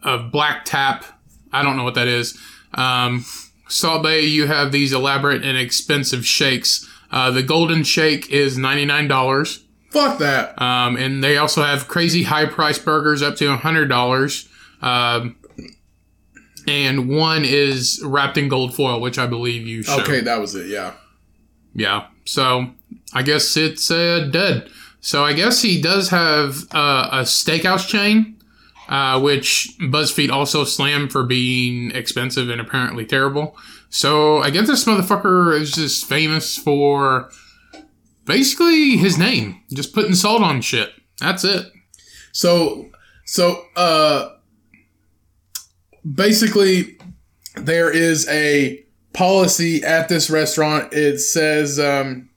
Speaker 2: of black tap. I don't know what that is. Um, Salt Bay, you have these elaborate and expensive shakes. Uh, the golden shake is ninety nine dollars."
Speaker 1: Fuck that.
Speaker 2: Um, and they also have crazy high price burgers up to hundred dollars. Um, and one is wrapped in gold foil, which I believe you showed.
Speaker 1: Okay, that was it. Yeah.
Speaker 2: Yeah. So I guess it's uh, dead. So I guess he does have uh, a steakhouse chain, uh, which BuzzFeed also slammed for being expensive and apparently terrible. So I guess this motherfucker is just famous for basically his name, just putting salt on shit. That's it.
Speaker 1: So, so uh, basically, there is a policy at this restaurant. It says um,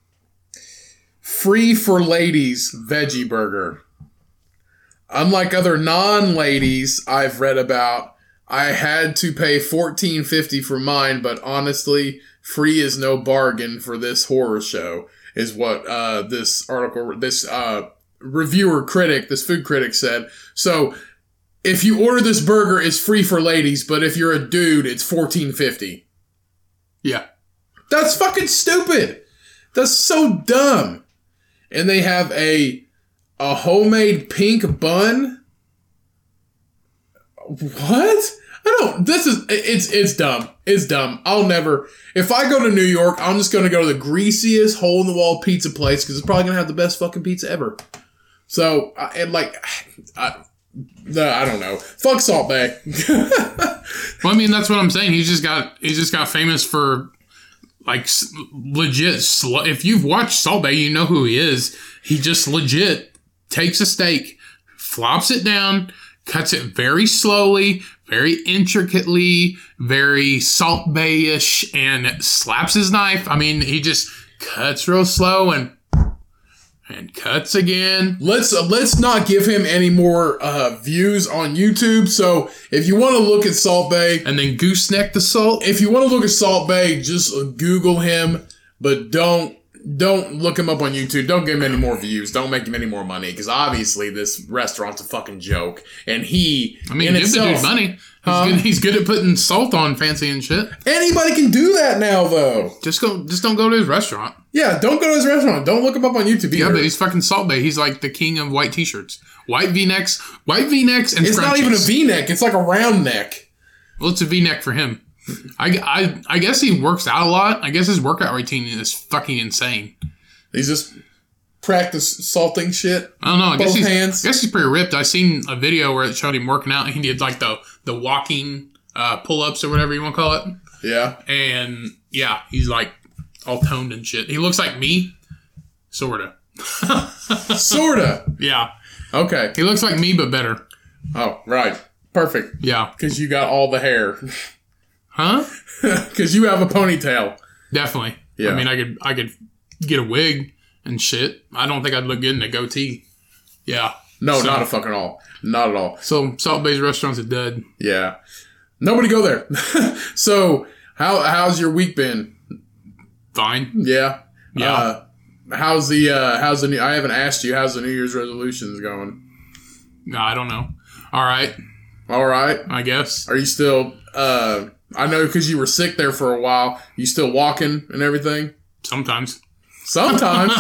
Speaker 1: free for ladies veggie burger. Unlike other non-ladies I've read about, I had to pay fourteen fifty for mine. But honestly, free is no bargain for this horror show. Is what uh, this article, this uh, reviewer critic, this food critic said. So if you order this burger, it's free for ladies, but if you're a dude, it's fourteen fifty.
Speaker 2: Yeah.
Speaker 1: That's fucking stupid. That's so dumb. And they have a a homemade pink bun. What? I don't. This is it's it's dumb. It's dumb. I'll never. If I go to New York, I'm just gonna go to the greasiest hole in the wall pizza place because it's probably gonna have the best fucking pizza ever. So I- and like, I, no, I don't know. Fuck Salt Bay.
Speaker 2: Well, I mean, that's what I'm saying. He's just got he's just got famous for like s- legit. Sl- if you've watched Salt Bay, you know who he is. He just legit takes a steak, flops it down, cuts it very slowly, very intricately, very Salt Bay ish, and slaps his knife. I mean, he just cuts real slow and and cuts again.
Speaker 1: Let's uh, let's not give him any more uh, views on YouTube. So if you want to look at Salt Bay,
Speaker 2: And then gooseneck the salt.
Speaker 1: if you want to look at Salt Bay, just Google him, but don't don't look him up on YouTube. Don't give him any more views. Don't make him any more money because obviously this restaurant's a fucking joke, and he
Speaker 2: I mean,
Speaker 1: in
Speaker 2: give the
Speaker 1: itself-
Speaker 2: dude money. He's, good, he's good at putting salt on fancy and shit.
Speaker 1: Anybody can do that now, though.
Speaker 2: Just go. Just don't go to his restaurant.
Speaker 1: Yeah, don't go to his restaurant. Don't look him up on YouTube.
Speaker 2: Yeah,
Speaker 1: either.
Speaker 2: but he's fucking Salt Bay. He's like the king of white t-shirts, white V-necks, white V-necks, and
Speaker 1: it's not even a V-neck. It's like a round neck.
Speaker 2: Well, it's a V-neck for him. I, I, I guess he works out a lot. I guess his workout routine is fucking insane.
Speaker 1: He's just practice salting shit.
Speaker 2: I don't know. I guess
Speaker 1: Both
Speaker 2: he's
Speaker 1: hands.
Speaker 2: I guess he's pretty ripped. I seen a video where it showed him working out. and He did like the the walking uh, pull-ups or whatever you want to call it.
Speaker 1: Yeah,
Speaker 2: And yeah, he's like all toned and shit. He looks like me, sorta.
Speaker 1: sorta.
Speaker 2: Yeah,
Speaker 1: Okay.
Speaker 2: he looks like me but better.
Speaker 1: Oh, right. Perfect.
Speaker 2: Yeah,
Speaker 1: Because you got all the hair.
Speaker 2: huh?
Speaker 1: Because you have a ponytail.
Speaker 2: Definitely.
Speaker 1: Yeah.
Speaker 2: I mean, I could I could get a wig and shit. I don't think I'd look good in a goatee. Yeah.
Speaker 1: No,
Speaker 2: So-
Speaker 1: not a fucking all. Not at all.
Speaker 2: So Salt Bay's restaurant's a dud.
Speaker 1: Yeah. Nobody go there. so how how's your week been?
Speaker 2: Fine.
Speaker 1: Yeah.
Speaker 2: Yeah.
Speaker 1: Uh, how's the uh, how's the new? I haven't asked you how's the New Year's resolutions going.
Speaker 2: No, I don't know. All right,
Speaker 1: All right.
Speaker 2: I guess.
Speaker 1: Are you still? Uh, I know because you were sick there for a while. You still walking and everything.
Speaker 2: Sometimes.
Speaker 1: Sometimes.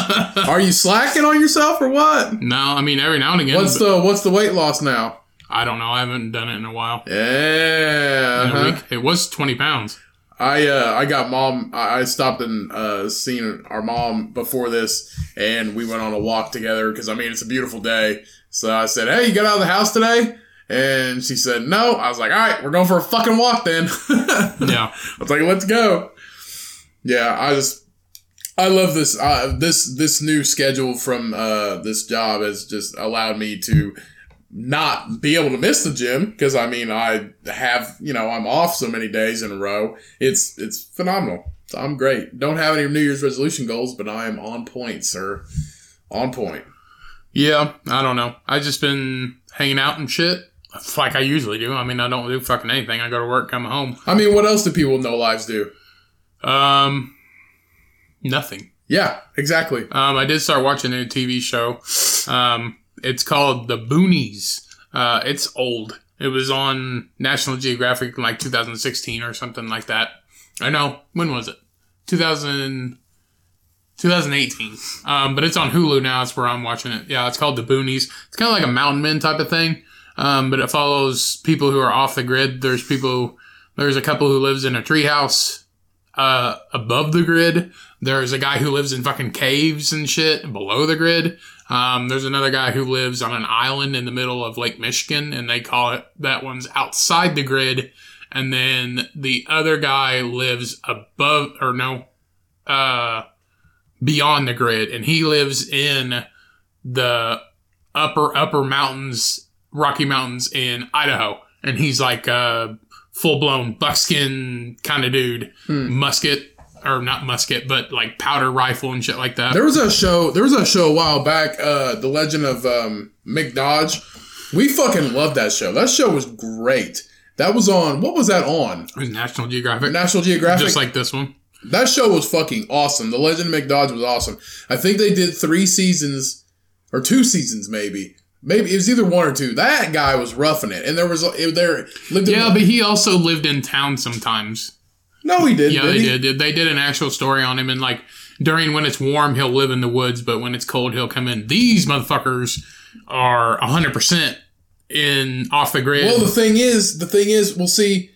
Speaker 1: Are you slacking on yourself or what?
Speaker 2: No, I mean every now and again.
Speaker 1: What's
Speaker 2: but
Speaker 1: the what's the weight loss now?
Speaker 2: I don't know. I haven't done it in a while.
Speaker 1: Yeah.
Speaker 2: In a
Speaker 1: uh-huh.
Speaker 2: week. It was twenty pounds.
Speaker 1: I uh, I got mom. I I stopped and uh, seen our mom before this, and we went on a walk together because I mean it's a beautiful day. So I said, "Hey, you got out of the house today?" And she said, "No." I was like, "All right, we're going for a fucking walk then." I
Speaker 2: Yeah.
Speaker 1: was like, "Let's go." Yeah, I just I love this. Uh, this this new schedule from uh, this job has just allowed me to not be able to miss the gym because I mean I have you know I'm off so many days in a row. It's it's phenomenal. I'm great. Don't have any New Year's resolution goals, but I am on point, sir. On point.
Speaker 2: Yeah. I don't know. I just been hanging out and shit. Like I usually do. I mean, I don't do fucking anything. I go to work, come home.
Speaker 1: I mean, what else do people with no lives do?
Speaker 2: Um, nothing.
Speaker 1: Yeah, exactly.
Speaker 2: Um, I did start watching a new TV show. Um, it's called The Boonies. Uh, it's old. It was on National Geographic in like 2016 or something like that. I know. When was it? 2000, 2018. Um, but it's on Hulu now. It's where I'm watching it. Yeah, it's called The Boonies. It's kind of like a Mountain Men type of thing. Um, but it follows people who are off the grid. There's people. There's a couple who lives in a treehouse uh, above the grid. There's a guy who lives in fucking caves and shit below the grid. Um, there's another guy who lives on an island in the middle of Lake Michigan, and they call it that one's outside the grid. And then the other guy lives above, or no, uh, beyond the grid, and he lives in the upper upper mountains, Rocky Mountains in Idaho, and he's like a full blown buckskin kind of dude, musket or not musket, but like powder rifle and shit like that.
Speaker 1: There was a show. There was a show a while back. Uh, the Legend of um, Mick Dodge. We fucking loved that show. That show was great. That was on. What was that on?
Speaker 2: It was National Geographic,
Speaker 1: National Geographic.
Speaker 2: just like this one.
Speaker 1: That show was fucking awesome. The Legend of McDodge was awesome. I think they did three seasons or two seasons, maybe. Maybe it was either one or two. That guy was roughing it, and there was it, there lived. in-
Speaker 2: Yeah, but he also lived in town sometimes.
Speaker 1: no, he didn't.
Speaker 2: Yeah,
Speaker 1: did
Speaker 2: they
Speaker 1: he?
Speaker 2: did. They did an actual story on him, and like during when it's warm, he'll live in the woods, but when it's cold, he'll come in. These motherfuckers are hundred percent in off the grid.
Speaker 1: Well, the thing is, the thing is, we'll see.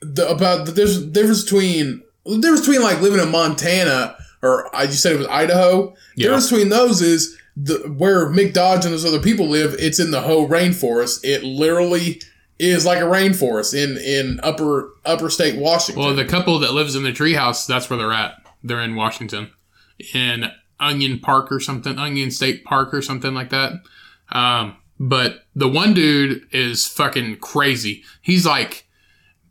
Speaker 1: The about the there's difference between the difference between like living in Montana or I you said it was Idaho. The
Speaker 2: Yeah.
Speaker 1: difference between those is the where Mick Dodge and those other people live. It's in the whole rainforest. It literally is like a rainforest in in upper upper state Washington.
Speaker 2: well, the couple that lives in the treehouse, that's where they're at. They're in Washington, in Onion Park or something, Onion State Park or something like that. Um, But the one dude is fucking crazy. He's like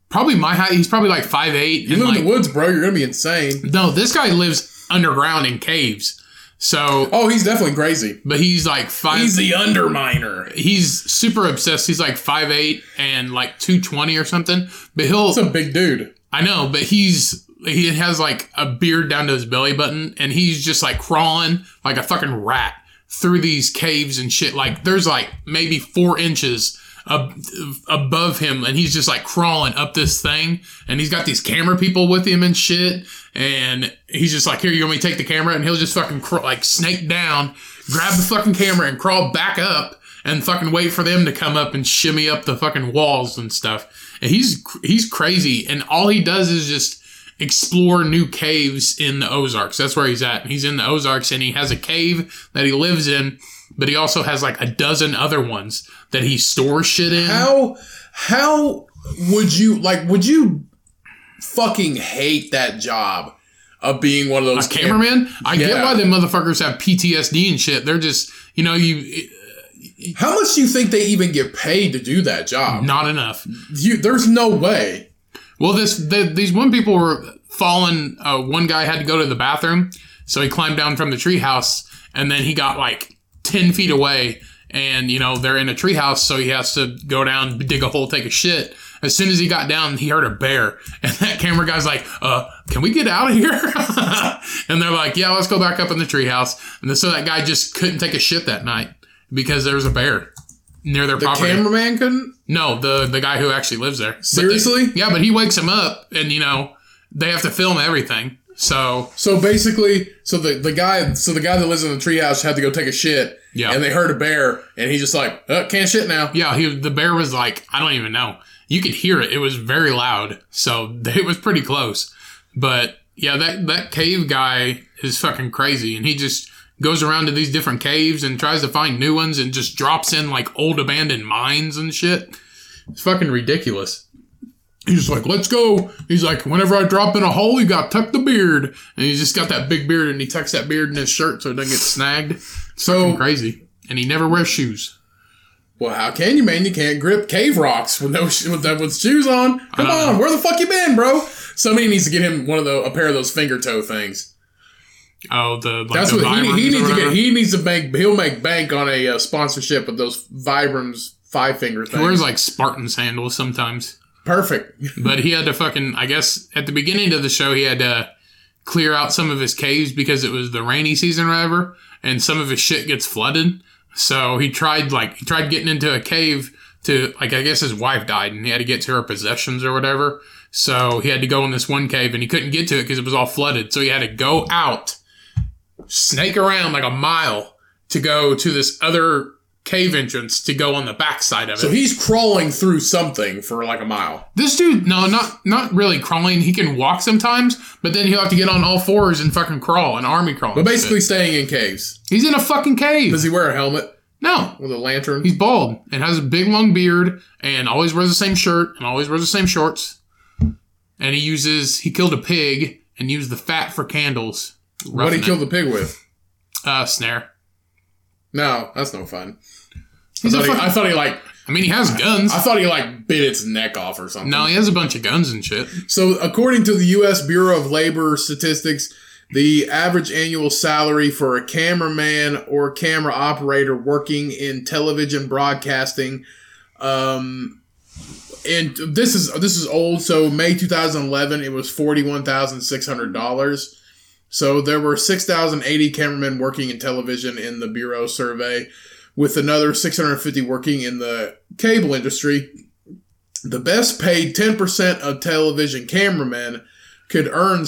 Speaker 2: probably my height. He's probably like five eight.
Speaker 1: You live in the woods, bro. You're gonna be insane.
Speaker 2: no, this guy lives underground in caves. So,
Speaker 1: Oh, he's definitely crazy.
Speaker 2: but he's like five.
Speaker 3: He's the underminer.
Speaker 2: he's super obsessed. He's like five eight and like two twenty or something. But he'll
Speaker 1: That's a big dude.
Speaker 2: I know, but he's he has like a beard down to his belly button, and he's just like crawling like a fucking rat through these caves and shit. Like there's like maybe four inches ab- above him, and he's just like crawling up this thing. And he's got these camera people with him and shit. And he's just like, "Here, you want me to take the camera?" And he'll just fucking cr- like snake down, grab the fucking camera, and crawl back up. And fucking wait for them to come up and shimmy up the fucking walls and stuff. And he's he's crazy, and all he does is just explore new caves in the Ozarks. That's where he's at. He's in the Ozarks, and he has a cave that he lives in, but he also has like a dozen other ones that he stores shit in.
Speaker 1: How how would you like? Would you fucking hate that job of being one of those
Speaker 2: A cameraman? I get
Speaker 1: Yeah.
Speaker 2: why them motherfuckers have PTSD and shit. They're just you know you
Speaker 1: cam- How much do you think they even get paid to do that job?
Speaker 2: not enough.
Speaker 1: You, there's no way.
Speaker 2: Well, this the, these one people were falling. Uh, one guy had to go to the bathroom, so he climbed down from the treehouse, and then he got like ten feet away. And you know they're in a treehouse, so he has to go down, dig a hole, take a shit. As soon as he got down, he heard a bear, and that camera guy's like, "Uh, can we get out of here?" and they're like, "Yeah, let's go back up in the treehouse." And then, so that guy just couldn't take a shit that night because there was a bear near their
Speaker 1: The
Speaker 2: property.
Speaker 1: cameraman couldn't.
Speaker 2: No, the the guy who actually lives there. But they-
Speaker 1: Seriously?
Speaker 2: yeah, but he wakes him up, and you know they have to film everything. So
Speaker 1: So basically, so the, the guy, so the guy that lives in the treehouse had to go take a shit.
Speaker 2: Yeah.
Speaker 1: And they heard a bear, and he's just like, uh, can't shit now.
Speaker 2: yeah, he the bear was like, I don't even know. You could hear it. It was very loud. So it was pretty close. But yeah, that that cave guy is fucking crazy, and he just goes around to these different caves and tries to find new ones, and just drops in like old abandoned mines and shit. It's fucking ridiculous. He's just like, let's go. He's like, whenever I drop in a hole, you got to tuck the beard. And he's just got that big beard and he tucks that beard in his shirt so it doesn't get snagged. So crazy. And he never wears shoes.
Speaker 1: Well, how can you, man? You can't grip cave rocks with no sh- with, that- with shoes on. Come
Speaker 2: don't
Speaker 1: on, where the fuck you been, bro? Somebody needs to get him one of the a pair of those finger toe things.
Speaker 2: Oh, the like
Speaker 1: That's
Speaker 2: the
Speaker 1: what he,
Speaker 2: Vibrams
Speaker 1: he
Speaker 2: or
Speaker 1: needs to
Speaker 2: whatever.
Speaker 1: get. He needs to make. He'll make bank on a uh, sponsorship of those Vibrams five finger
Speaker 2: He
Speaker 1: things.
Speaker 2: wears like Spartan sandals sometimes.
Speaker 1: Perfect.
Speaker 2: But he had to fucking, I guess, at the beginning of the show, he had to clear out some of his caves because it was the rainy season or whatever, and some of his shit gets flooded. So he tried, like, he tried getting into a cave to, like, I guess his wife died and he had to get to her possessions or whatever. So he had to go in this one cave and he couldn't get to it because it was all flooded. So he had to go out, snake around like a mile to go to this other cave entrance to go on the backside of it.
Speaker 1: So he's crawling through something for like a mile.
Speaker 2: This dude, no, not not really crawling. He can walk sometimes, but then he'll have to get on all fours and fucking crawl and army crawl.
Speaker 1: But basically, staying in caves.
Speaker 2: he's in a fucking cave.
Speaker 1: Does he wear a helmet
Speaker 2: No,
Speaker 1: with a lantern?
Speaker 2: he's bald and has a big long beard and always wears the same shirt and always wears the same shorts. And he uses he killed a pig and used the fat for candles.
Speaker 1: what
Speaker 2: Roughing
Speaker 1: did he
Speaker 2: it.
Speaker 1: kill the pig with?
Speaker 2: Uh, snare.
Speaker 1: No, that's no fun. I
Speaker 2: He's a
Speaker 1: thought, he,
Speaker 2: fucking-
Speaker 1: I thought he like
Speaker 2: I mean, he has guns.
Speaker 1: I thought he like bit its neck off or something.
Speaker 2: No, he has a bunch of guns and shit.
Speaker 1: So, according to the U.S. Bureau of Labor Statistics, the average annual salary for a cameraman or camera operator working in television broadcasting, um, and this is this is old. So, May 2011, it was forty one thousand six hundred dollars. So, there were six thousand eighty cameramen working in television in the bureau survey, with another six hundred fifty working in the cable industry. The best paid 10% of television cameramen could earn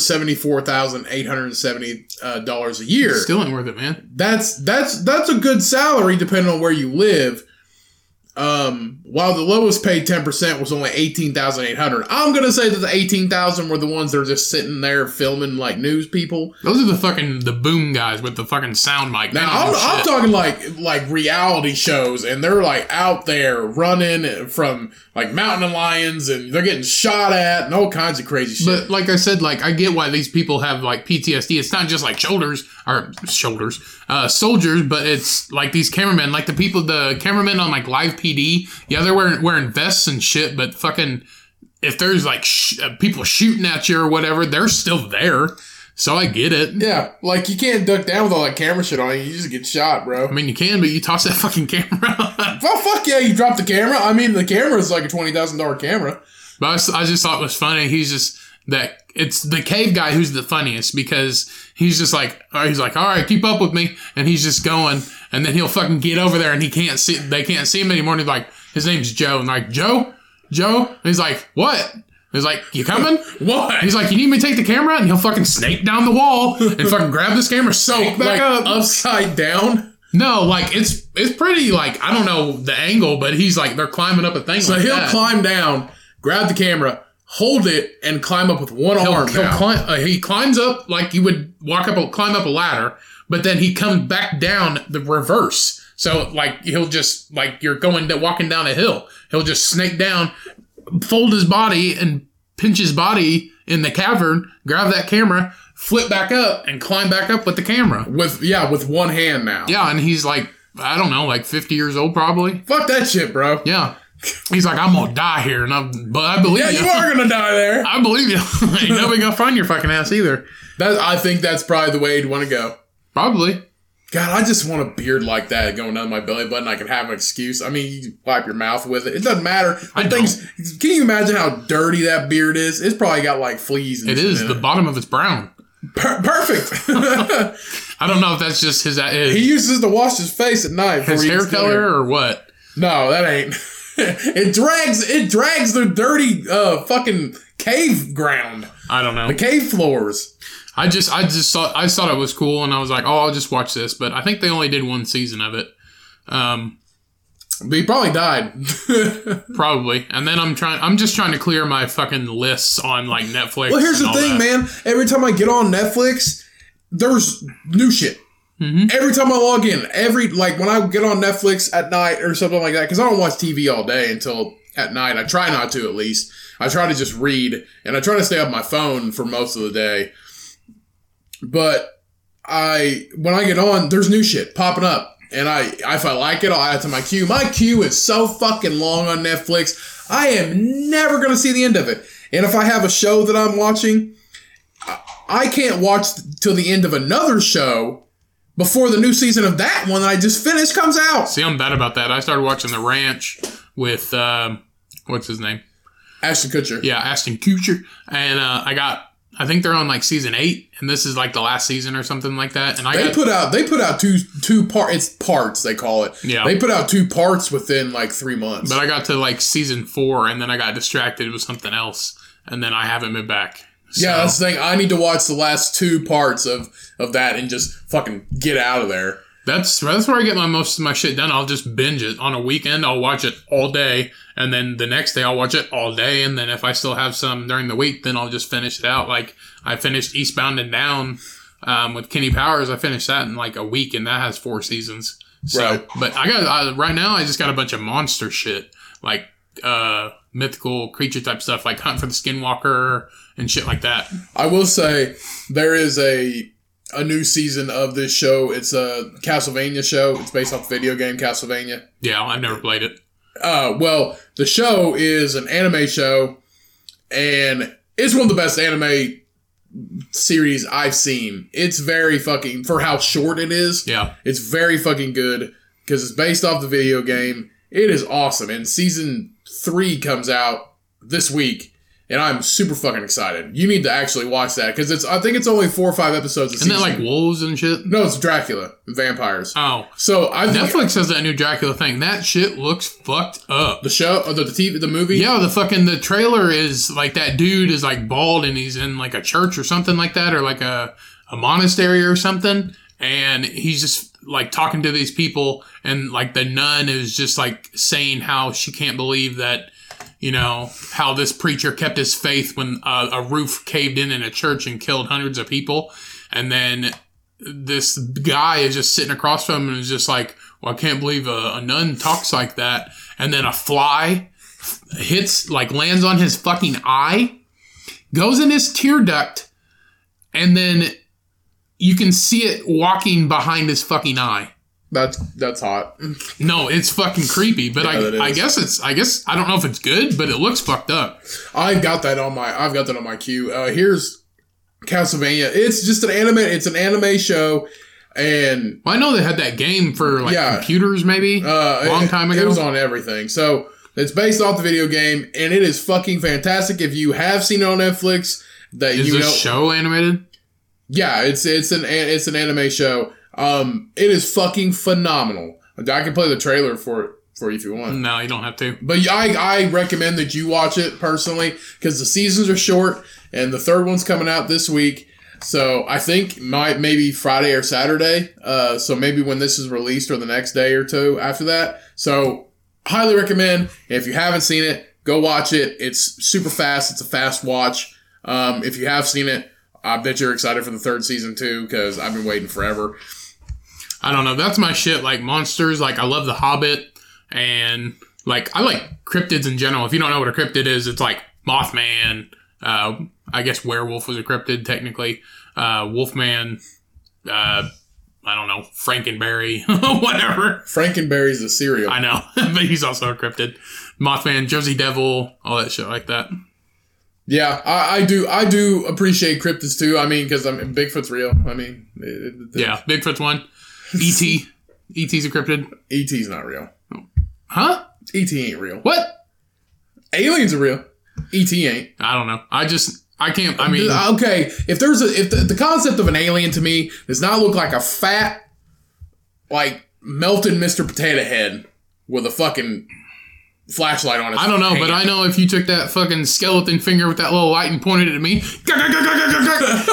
Speaker 1: $74,870 uh, dollars a year.
Speaker 2: Still ain't worth it, man.
Speaker 1: That's that's that's a good salary depending on where you live. Um, while the lowest paid ten percent was only eighteen thousand eight hundred, I'm gonna say that the eighteen thousand were the ones that are just sitting there filming like news people.
Speaker 2: Those are the fucking the boom guys with the fucking sound mic. They
Speaker 1: Now
Speaker 2: don't
Speaker 1: I'm,
Speaker 2: do
Speaker 1: I'm
Speaker 2: shit.
Speaker 1: talking like like reality shows, and they're like out there running from like mountain lions, and they're getting shot at and all kinds of crazy shit.
Speaker 2: But like I said, like I get why these people have like PTSD. It's not just like shoulders or shoulders, uh, soldiers, but it's like these cameramen, like the people, the cameramen on like live PD. Yeah, they're wearing wearing vests and shit, but fucking if there's like sh- uh, people shooting at you or whatever, they're still there. So I get it.
Speaker 1: yeah, like you can't duck down with all that camera shit on you. You just get shot, bro.
Speaker 2: I mean, you can, but you toss that fucking camera.
Speaker 1: Well, fuck yeah, you dropped the camera. I mean, the camera is like a twenty thousand dollar camera.
Speaker 2: But I, s- I just thought it was funny. He's just that it's the cave guy who's the funniest because he's just like all right, he's like all right, keep up with me, and he's just going, and then he'll fucking get over there, and he can't see they can't see him anymore. And he's like his name's Joe, and like Joe, Joe, and he's like what? And He's like, you coming?
Speaker 1: What?
Speaker 2: He's like, you need me to take the camera? And he'll fucking snake down the wall and fucking grab this camera,
Speaker 1: So
Speaker 2: snake
Speaker 1: like
Speaker 2: back up.
Speaker 1: upside down.
Speaker 2: No, like it's it's pretty like I don't know the angle, but he's like they're climbing up a thing.
Speaker 1: So
Speaker 2: like
Speaker 1: he'll
Speaker 2: that.
Speaker 1: climb down, grab the camera, hold it, and climb up with one
Speaker 2: He'll-
Speaker 1: arm.
Speaker 2: he'll
Speaker 1: down.
Speaker 2: climb- uh, he climbs up like you would walk up, a, climb up a ladder, but then he comes back down the reverse. So like he'll just like you're going to walking down a hill. He'll just snake down, fold his body and pinch his body in the cavern, grab that camera, flip back up, and climb back up with the camera.
Speaker 1: with yeah, with one hand now.
Speaker 2: Yeah, and he's like I don't know, like 50 years old probably.
Speaker 1: Fuck that shit, bro.
Speaker 2: Yeah, he's like I'm gonna die here, and I but I believe
Speaker 1: Yeah, you
Speaker 2: you.
Speaker 1: are gonna die there.
Speaker 2: I believe you. Ain't nobody gonna find your fucking ass either.
Speaker 1: That I think that's probably the way you'd want to go.
Speaker 2: Probably.
Speaker 1: God, I just want a beard like that going down my belly button. I can have an excuse. I mean, you can wipe your mouth with it. It doesn't matter.
Speaker 2: I
Speaker 1: The things. Can you imagine how dirty that beard is? It's probably got like fleas. And
Speaker 2: It
Speaker 1: shit
Speaker 2: is
Speaker 1: in
Speaker 2: the bottom of it's brown.
Speaker 1: Per- perfect.
Speaker 2: I don't know if that's just his uh,
Speaker 1: he
Speaker 2: his,
Speaker 1: uses to wash his face at night. before
Speaker 2: his
Speaker 1: he
Speaker 2: hair
Speaker 1: eats
Speaker 2: color
Speaker 1: dinner.
Speaker 2: or what.
Speaker 1: No, that ain't. it drags. It drags the dirty uh, fucking cave ground,
Speaker 2: I don't know.
Speaker 1: the cave floors.
Speaker 2: I just I just thought I just thought it was cool, and I was like, oh, I'll just watch this. But I think they only did one season of it, um,
Speaker 1: But he probably died.
Speaker 2: probably. And then I'm trying. I'm just trying to clear my fucking lists on like Netflix.
Speaker 1: Well, here's the thing, man. Every time I get on Netflix, there's new shit.
Speaker 2: Mhm.
Speaker 1: Every time I log in, every like when I get on Netflix at night or something like that, because I don't watch TV all day until at night. I try not to, at least. I try to just read and I try to stay on my phone for most of the day. But I, when I get on, there's new shit popping up, and I, if I like it, I'll add it to my queue. My queue is so fucking long on Netflix. I am never gonna see the end of it. And if I have a show that I'm watching, I- I can't watch till the end of another show before the new season of that one that I just finished comes out.
Speaker 2: See, I'm bad about that. I started watching The Ranch with um, what's his name?
Speaker 1: Ashton Kutcher.
Speaker 2: Yeah, Ashton Kutcher. And uh, I got. I think they're on like season eight, and this is like the last season or something like that. And I
Speaker 1: They
Speaker 2: got
Speaker 1: put out they put out two two part it's parts they call it.
Speaker 2: Yeah.
Speaker 1: They put out two parts within like three months.
Speaker 2: But I got to like season four, and then I got distracted with something else, and then I haven't been back. So,
Speaker 1: yeah, that's the thing. I need to watch the last two parts of of that and just fucking get out of there.
Speaker 2: that's that's where I get my most of my shit done. I'll just binge it on a weekend. I'll watch it all day, and then the next day I'll watch it all day, and then if I still have some during the week, then I'll just finish it out. Like I finished Eastbound and Down um, with Kenny Powers. I finished that in like a week, and that has four seasons. So,
Speaker 1: Right.
Speaker 2: but I got I, right now. I just got a bunch of monster shit like uh, mythical creature type stuff, like Hunt for the Skinwalker and shit like that.
Speaker 1: I will say there is a a new season of this show. It's a Castlevania show. It's based off the video game Castlevania.
Speaker 2: Yeah, I've never played it.
Speaker 1: Uh, well, the show is an anime show, and it's one of the best anime series I've seen. It's very fucking for how short it is.
Speaker 2: Yeah,
Speaker 1: It's very fucking good because it's based off the video game. It is awesome, and season three comes out this week, and I'm super fucking excited. You need to actually watch that because it's I think it's only four or five episodes. A
Speaker 2: isn't that
Speaker 1: season.
Speaker 2: like wolves and shit?
Speaker 1: no, it's Dracula vampires.
Speaker 2: Oh,
Speaker 1: So I think
Speaker 2: Netflix has that new Dracula thing. That shit looks fucked up.
Speaker 1: the show, or the the, TV, the movie.
Speaker 2: Yeah, the fucking the trailer is like that dude is like bald and he's in like a church or something like that or like a a monastery or something, and he's just like talking to these people and like the nun is just like saying how she can't believe that you know how this preacher kept his faith when uh, a roof caved in in a church and killed hundreds of people and then this guy is just sitting across from him and is just like well i can't believe a, a nun talks like that and then a fly hits like lands on his fucking eye goes in his tear duct and then you can see it walking behind his fucking eye
Speaker 1: That's that's hot.
Speaker 2: no it's fucking creepy but
Speaker 3: Yeah, that
Speaker 2: I, I
Speaker 3: is.
Speaker 2: guess it's i guess i don't know if it's good but it looks fucked up
Speaker 1: I've got that on my I've got that on my queue. Uh, here's Castlevania. It's just an anime. It's an anime show, and
Speaker 2: well, i know they had that game for like
Speaker 1: Yeah.
Speaker 2: computers maybe
Speaker 1: uh,
Speaker 2: Long
Speaker 1: it-
Speaker 2: time
Speaker 1: It
Speaker 2: ago?
Speaker 1: was on everything. So it's based off the video game, and it is fucking fantastic. If you have seen it on Netflix, that
Speaker 2: is
Speaker 1: you
Speaker 2: this
Speaker 1: know,
Speaker 2: show animated
Speaker 1: yeah, it's it's an an- it's an anime show. Um, it is fucking phenomenal. I can play the trailer for it for you if you want.
Speaker 2: no you don't have to
Speaker 1: But I, I recommend that you watch it personally because the seasons are short and the third one's coming out this week. So I think might maybe Friday or Saturday. Uh, so maybe when this is released or the next day or two after that. So highly recommend if you haven't seen it, go watch it. It's super fast. It's a fast watch. Um, if you have seen it, I bet you're excited for the third season too because I've been waiting forever.
Speaker 2: I don't know. That's my shit. Like monsters. Like I love the Hobbit, and like I like cryptids in general. If you don't know what a cryptid is, it's like Mothman. Uh, I guess werewolf was a cryptid technically. Uh, Wolfman. Uh, I don't know Frankenberry. whatever.
Speaker 1: Frankenberry's a cereal.
Speaker 2: I know, but he's also a cryptid. Mothman, Jersey Devil, all that shit like that.
Speaker 1: Yeah, I, I do. I do appreciate cryptids too. I mean, because I'm Bigfoot's real. I mean, it, it-
Speaker 2: Yeah, Bigfoot's one. E ET. ET's a cryptid.
Speaker 1: ET's E not real.
Speaker 2: Huh?
Speaker 1: ET ain't real.
Speaker 2: What?
Speaker 1: Aliens are real. ET ain't.
Speaker 2: I don't know. I just I can't. I mean,
Speaker 1: okay. If there's a if the, the concept of an alien to me does not look like a fat, like melted Mr. Potato Head with a fucking flashlight on it.
Speaker 2: I don't know, but I know if you took that fucking skeleton finger with that little light and pointed it at me,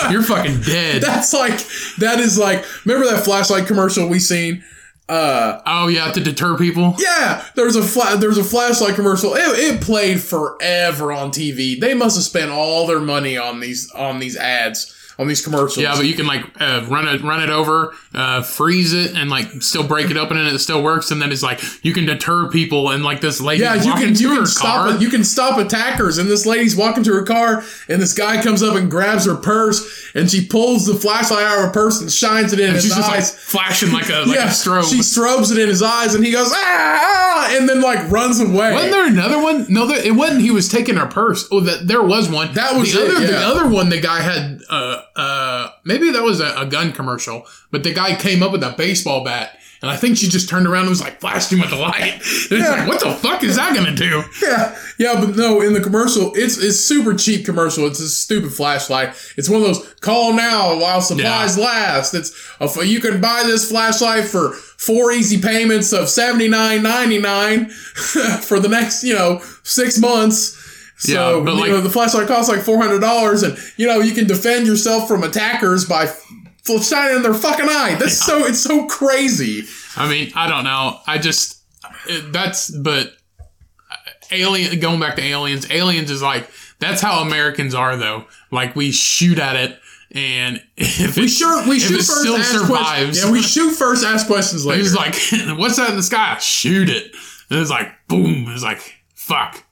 Speaker 2: you're fucking dead.
Speaker 1: That's like that is like remember that flashlight commercial we seen. Uh,
Speaker 2: Oh yeah, to deter people.
Speaker 1: Yeah, there was a fla- there was a flashlight commercial. It, it played forever on TV. They must have spent all their money on these on these ads on these commercials.
Speaker 2: Yeah, but you can like uh, run it, run it over, uh, freeze it, and like still break it open, and it still works. And then it's like you can deter people, and like this lady,
Speaker 1: yeah, you
Speaker 2: walking
Speaker 1: can
Speaker 2: to
Speaker 1: you
Speaker 2: her
Speaker 1: can stop
Speaker 2: car.
Speaker 1: it. you can stop attackers. And this lady's walking to her car, and this guy comes up and grabs her purse, and she pulls the flashlight out of her purse and shines it in his
Speaker 2: She's just like
Speaker 1: eyes.
Speaker 2: flashing like a like
Speaker 1: yeah,
Speaker 2: a strobe.
Speaker 1: she strobes it in his eyes, and he goes ah, ah," and then like runs away.
Speaker 2: Wasn't there another one? No, there, it wasn't. He was taking her purse. Oh, that there was one.
Speaker 1: That was
Speaker 2: the
Speaker 1: it,
Speaker 2: other. The
Speaker 1: yeah.
Speaker 2: other one, the guy had. Uh, uh, maybe that was a, a gun commercial, but the guy came up with a baseball bat, and I think she just turned around and was like, flashed him with the light. And it's like, what the fuck is that gonna do?
Speaker 1: Yeah, yeah, but no, in the commercial, it's it's super cheap commercial. It's a stupid flashlight. It's one of those call now while supplies last. It's a f you can buy this flashlight for four easy payments of seventy nine ninety nine for the next you know six months. So
Speaker 2: Yeah, but
Speaker 1: you
Speaker 2: like-
Speaker 1: know the flashlight costs like four hundred dollars, and you know you can defend yourself from attackers by. f- f- Shining in their fucking eye. That's so it's so crazy.
Speaker 2: I mean, I don't know. I just it, that's but uh, alien going back to aliens. Aliens is like that's how Americans are though. Like we shoot at it, and if we
Speaker 1: Sure, we
Speaker 2: if
Speaker 1: shoot
Speaker 2: it
Speaker 1: first.
Speaker 2: still
Speaker 1: ask
Speaker 2: survives.
Speaker 1: Questions. Yeah, we shoot first. Ask questions later.
Speaker 2: He's like, "What's that in the sky?" Shoot it. And it's like, boom. It's like, fuck.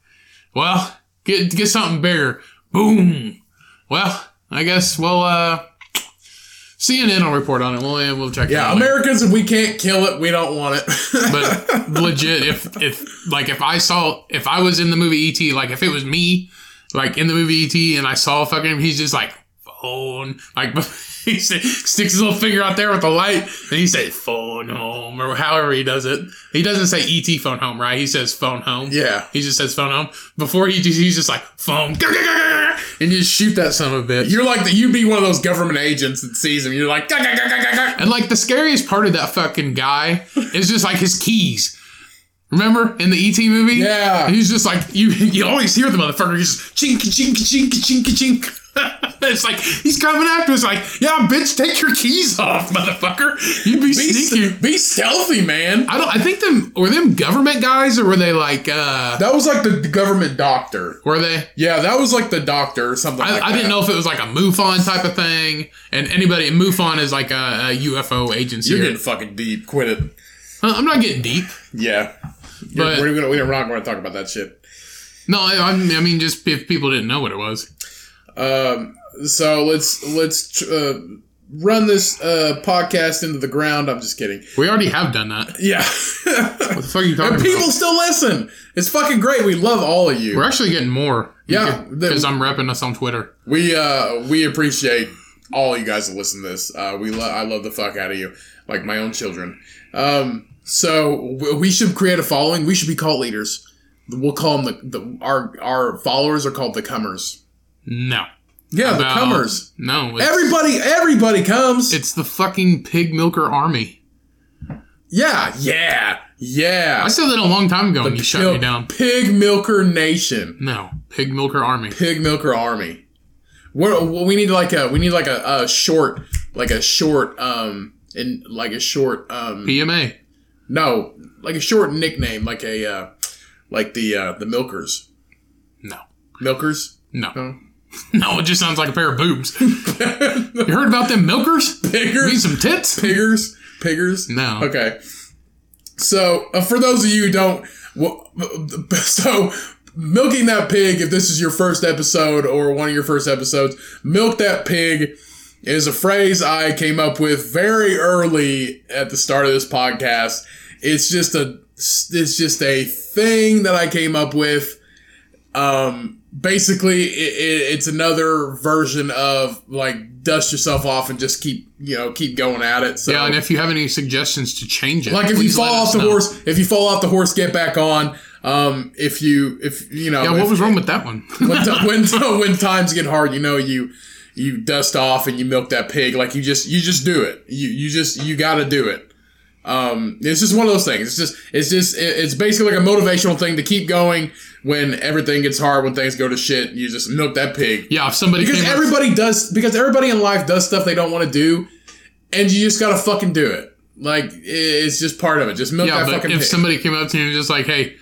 Speaker 2: Well, get get something bigger. Boom. Well, I guess we'll uh, CNN will report on it. We'll and we'll check. it
Speaker 1: Yeah,
Speaker 2: out later.
Speaker 1: Americans, if we can't kill it, we don't want it.
Speaker 2: But legit, if if like if I saw if I was in the movie ET, like if it was me, like in the movie ET, and I saw fucking, he's just like phone, like he st- sticks his little finger out there with the light, and he say phone home or however he does it. He doesn't say ET phone home, right? He says phone home.
Speaker 1: yeah.
Speaker 2: He just says phone home. Before he just, he's just like phone, and you just shoot that son of a bitch.
Speaker 1: You're like the you be one of those government agents that sees him. You're like, "Gah, gah, gah, gah, gah, gah."
Speaker 2: And like the scariest part of that fucking guy is just like his keys. Remember in the ET movie?
Speaker 1: Yeah.
Speaker 2: He's just like you. You always hear the motherfucker. He's just chink, chink, chink, chink, chink. it's like he's coming after us. Like, yeah, bitch, take your keys off, motherfucker. You'd be
Speaker 1: Be, s-
Speaker 2: sneaky.
Speaker 1: be stealthy, man.
Speaker 2: I don't. I think them were them government guys, or were they like? uh
Speaker 1: That was like the the government doctor.
Speaker 2: Were they?
Speaker 1: Yeah, that was like the doctor or something.
Speaker 2: I,
Speaker 1: like
Speaker 2: I
Speaker 1: that.
Speaker 2: didn't know if it was like a MUFON type of thing. And anybody, MUFON is like a, a UFO agency.
Speaker 1: You're
Speaker 2: or-
Speaker 1: getting fucking deep. Quit it.
Speaker 2: Huh, I'm not getting deep.
Speaker 1: Yeah,
Speaker 2: But-
Speaker 1: we're gonna we're not gonna talk about that shit.
Speaker 2: No, I, I mean- I mean just if people didn't know what it was.
Speaker 1: Um, so let's let's uh, run this uh, podcast into the ground. I'm just kidding.
Speaker 2: We already have done that.
Speaker 1: Yeah,
Speaker 2: What the fuck are you talking
Speaker 1: and
Speaker 2: about?
Speaker 1: people still listen. It's fucking great. We love all of you.
Speaker 2: We're actually getting more.
Speaker 1: Yeah, the-
Speaker 2: because I'm repping us on Twitter.
Speaker 1: We uh we appreciate all you guys that listen to this. Uh, we lo- I love the fuck out of you, like my own children. Um, so w- we should create a following. We should be cult leaders. We'll call them the, the our our followers are called the comers.
Speaker 2: No,
Speaker 1: Yeah, the
Speaker 2: About-
Speaker 1: comers.
Speaker 2: No, it's,
Speaker 1: Everybody, everybody comes.
Speaker 2: it's the fucking pig milker army.
Speaker 1: yeah, yeah, yeah.
Speaker 2: I said that a long time ago, and you shut me
Speaker 1: Pil-
Speaker 2: down.
Speaker 1: Pig Milker Nation.
Speaker 2: No, pig milker army.
Speaker 1: Pig Milker Army. We're, we need like a we need like a, a short like a short um in like a short um
Speaker 2: PMA.
Speaker 1: no like a short nickname like a uh, like the uh, the Milkers
Speaker 2: No,
Speaker 1: Milkers
Speaker 2: no,
Speaker 1: no
Speaker 2: no. It just sounds like a pair of boobs. you heard about them milkers? You mean
Speaker 1: Piggers
Speaker 2: some tits?
Speaker 1: Piggers Piggers
Speaker 2: No.
Speaker 1: okay so uh, for those of you who don't well, so milking that pig if this is your first episode or one of your first episodes milk that pig is a phrase I came up with very early at the start of this podcast. It's just a it's just a thing that I came up with. Um, basically, it, it, it's another version of like dust yourself off and just keep you know keep going at it. So
Speaker 2: Yeah, and if you have any suggestions to change it,
Speaker 1: like if you
Speaker 2: please
Speaker 1: fall
Speaker 2: let us
Speaker 1: off the
Speaker 2: know.
Speaker 1: horse, if you fall off the horse, get back on. Um, if you if you know
Speaker 2: Yeah,
Speaker 1: if-
Speaker 2: what was wrong with that one?
Speaker 1: when, ti- when ti- when times get hard, you know you you dust off and you milk that pig. Like you just you just do it. You you just you got to do it. Um, it's just one of those things. It's just it's just it- it's basically like a motivational thing to keep going when everything gets hard, when things go to shit. You just milk that pig
Speaker 2: yeah, if somebody
Speaker 1: because
Speaker 2: came up-
Speaker 1: everybody does because everybody in life does stuff they don't want to do, and you just got to fucking do it. Like i- it's just part of it. Just milk
Speaker 2: yeah,
Speaker 1: that
Speaker 2: but
Speaker 1: fucking
Speaker 2: if
Speaker 1: pig.
Speaker 2: somebody came up to you and was just like, hey,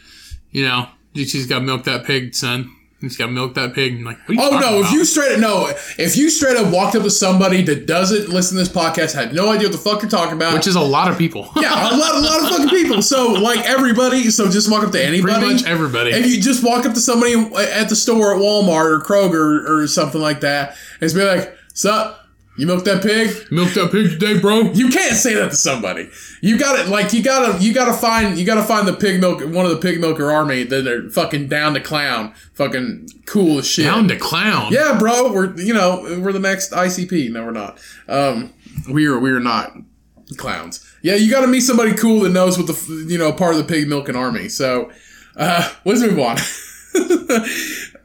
Speaker 2: you know, you just got to milk that pig, son. You just got to milk that pig. I'm like, what are you
Speaker 1: Oh
Speaker 2: talking
Speaker 1: no! If
Speaker 2: about?
Speaker 1: you straight up no, if you straight up walked up to somebody that doesn't listen to this podcast, had no idea what the fuck you're talking about,
Speaker 2: which is a lot of people.
Speaker 1: yeah, a lot, a lot of fucking people. So like everybody, so just walk up to anybody.
Speaker 2: pretty much everybody.
Speaker 1: If you just walk up to somebody at the store at Walmart or Kroger or something like that, and just be like, "Sup? You milk that pig?"
Speaker 2: milk that pig today, bro.
Speaker 1: You can't say that to somebody. You got to like you got to you got to find you got to find the pig milk one of the pig milker army that are fucking down to clown, fucking cool as shit.
Speaker 2: Down to clown.
Speaker 1: Yeah, bro, we're you know we're the next ICP. No, we're not. Um, we are we are not clowns. Yeah, you got to meet somebody cool that knows what the f- you know part of the pig milking army. So uh, let's move on.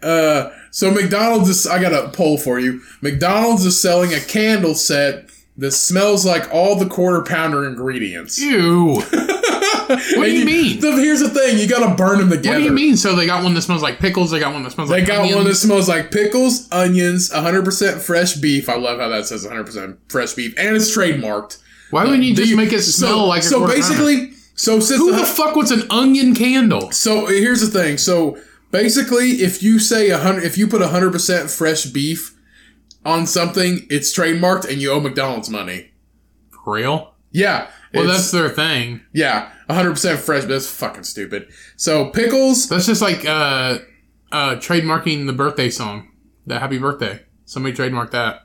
Speaker 1: uh, so McDonald's is. I got a poll for you. McDonald's is selling a candle set that smells like all the quarter pounder ingredients.
Speaker 2: Ew. what do you mean?
Speaker 1: The, here's the thing: you got to burn them together.
Speaker 2: What do you mean? So they got one that smells like pickles. They got one that smells
Speaker 1: They
Speaker 2: like
Speaker 1: got
Speaker 2: onions.
Speaker 1: one that smells like pickles, onions, 100% fresh beef. I love how that says 100% fresh beef, and it's trademarked.
Speaker 2: Why wouldn't you just
Speaker 1: The-
Speaker 2: make it smell
Speaker 1: so,
Speaker 2: like? A
Speaker 1: so
Speaker 2: quarter pounder?
Speaker 1: basically, so since
Speaker 2: who
Speaker 1: the-
Speaker 2: the fuck wants an onion candle?
Speaker 1: so here's the thing. So basically, if you say 100, if you put 100% fresh beef on something, it's trademarked, and you owe McDonald's money.
Speaker 2: For real?
Speaker 1: Yeah,
Speaker 2: Well,
Speaker 1: it's-
Speaker 2: that's their thing.
Speaker 1: yeah, 100% fresh. But that's fucking stupid. So pickles.
Speaker 2: That's just like uh, uh, trademarking the birthday song, the Happy Birthday. Somebody trademarked that.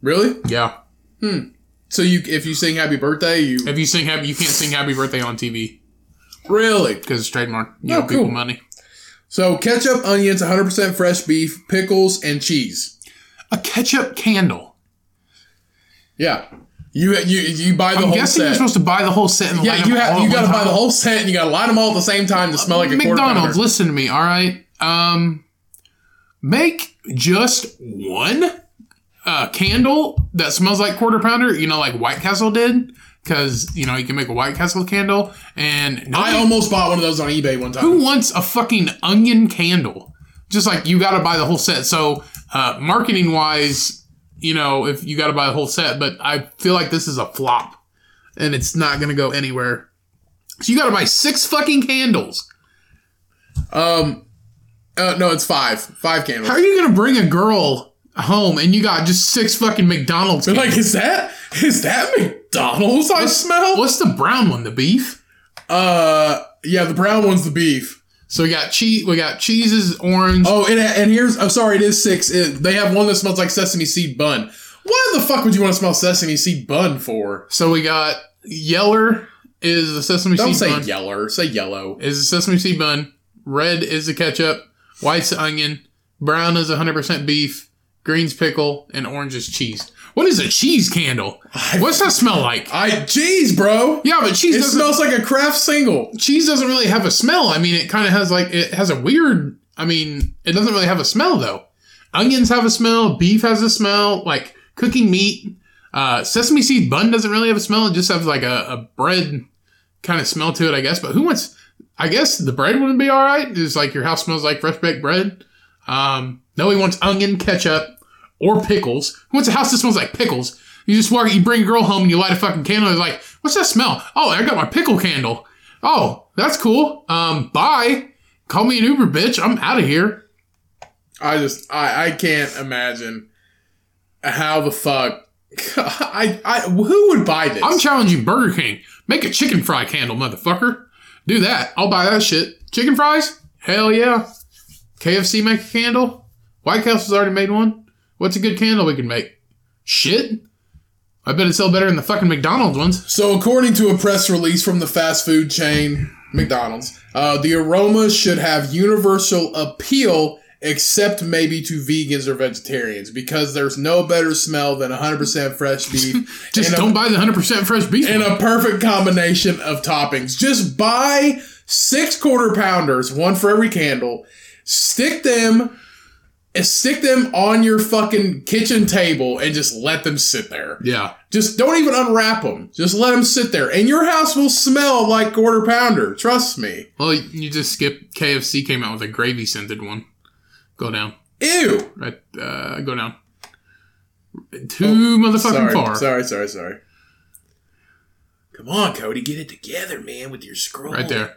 Speaker 1: Really?
Speaker 2: Yeah.
Speaker 1: So you, if you sing Happy Birthday, you
Speaker 2: If you sing Happy, you can't sing Happy Birthday on TV
Speaker 1: really.
Speaker 2: because it's trademark. You
Speaker 1: Oh,
Speaker 2: owe people
Speaker 1: cool.
Speaker 2: money.
Speaker 1: So ketchup, onions, 100% fresh beef, pickles, and cheese.
Speaker 2: A ketchup candle.
Speaker 1: Yeah, you you you buy the
Speaker 2: I'm
Speaker 1: whole
Speaker 2: guessing
Speaker 1: set.
Speaker 2: you're supbuy the whole set. And
Speaker 1: yeah,
Speaker 2: light
Speaker 1: you
Speaker 2: them all
Speaker 1: have
Speaker 2: at
Speaker 1: you
Speaker 2: one
Speaker 1: got to buy
Speaker 2: time. Uh,
Speaker 1: the whole set and you got to light them all at the same time to smell like a quarter
Speaker 2: McDonald's,
Speaker 1: pounder.
Speaker 2: listen to me, all right? Um, make just one uh, candle that smells like quarter pounder, you know, like White Castle did. because you know you can make a White Castle candle, and
Speaker 1: I
Speaker 2: nobody-
Speaker 1: almost bought one of those on eBay one time.
Speaker 2: who wants a fucking onion candle? Just like you got to buy the whole set. So uh, marketing wise, you know, if you got to buy the whole set, but I feel like this is a flop, and it's not gonna go anywhere. So you got to buy six fucking candles.
Speaker 1: Uh, no, it's five. Five candles.
Speaker 2: How are you gonna bring a girl home and you got just six fucking McDonald's?
Speaker 1: They're
Speaker 2: candles?
Speaker 1: like, is that is that McDonald's I smell?
Speaker 2: What's the brown one? The beef.
Speaker 1: Uh, yeah, the brown one's the beef.
Speaker 2: So we got cheese. We got cheeses, orange.
Speaker 1: Oh, and, and here's I'm sorry, it is six. It, they have one that smells like sesame seed bun. Why the fuck would you want to smell sesame seed bun for?
Speaker 2: So we got yeller is the sesame
Speaker 1: Don't
Speaker 2: seed
Speaker 1: say
Speaker 2: bun.
Speaker 1: yeller, say yellow.
Speaker 2: Is the sesame seed bun. Red is the ketchup. White's the onion. Brown is 100% beef. Green's pickle and orange is cheese. What is a cheese candle? What's that smell like?
Speaker 1: I geez, bro.
Speaker 2: Yeah, but cheese
Speaker 1: It
Speaker 2: doesn't
Speaker 1: smells like a craft single.
Speaker 2: cheese doesn't really have a smell. I mean, it kind of has like it has a weird. I mean, it doesn't really have a smell though. Onions have a smell. Beef has a smell. Like cooking meat. Uh, sesame seed bun doesn't really have a smell. It just has like a, a bread kind of smell to it, I guess. But who wants? I guess the bread would be all right. It's like your house smells like fresh baked bread. Um, nobody wants onion ketchup or pickles. Who wants a house that smells like pickles? You just walk, you bring a girl home and you light a fucking candle. And like, what's that smell? Oh, I got my pickle candle. Oh, that's cool. Um, bye. Call me an Uber, bitch. I'm out of here.
Speaker 1: I just I I can't imagine how the fuck I I who would buy this?
Speaker 2: I'm challenging Burger King. Make a chicken fry candle, motherfucker. Do that. I'll buy that shit. Chicken fries? Hell yeah. KFC make a candle? White House has already made one. What's a good candle we can make? Shit. I bet it sell better than the fucking McDonald's ones.
Speaker 1: So, according to a press release from the fast food chain McDonald's, uh, the aroma should have universal appeal, except maybe to vegans or vegetarians, because there's no better smell than 100% fresh beef.
Speaker 2: Just
Speaker 1: and
Speaker 2: don't
Speaker 1: a,
Speaker 2: buy the 100% fresh beef.
Speaker 1: and
Speaker 2: one.
Speaker 1: a perfect combination of toppings. Just buy six quarter pounders, one for every candle. Stick them. eh, Stick them on your fucking kitchen table and just let them sit there.
Speaker 2: yeah.
Speaker 1: Just don't even unwrap them. Just let them sit there, and your house will smell like quarter pounder. Trust me.
Speaker 2: Well, you just skip KFC came out with a gravy scented one. Go down.
Speaker 1: Ew.
Speaker 2: Right, uh, go down. Too motherfucking
Speaker 1: Oh, Sorry,
Speaker 2: far.
Speaker 1: sorry, sorry, sorry. Come on, Cody, get it together, man, with your scroll.
Speaker 2: Right there.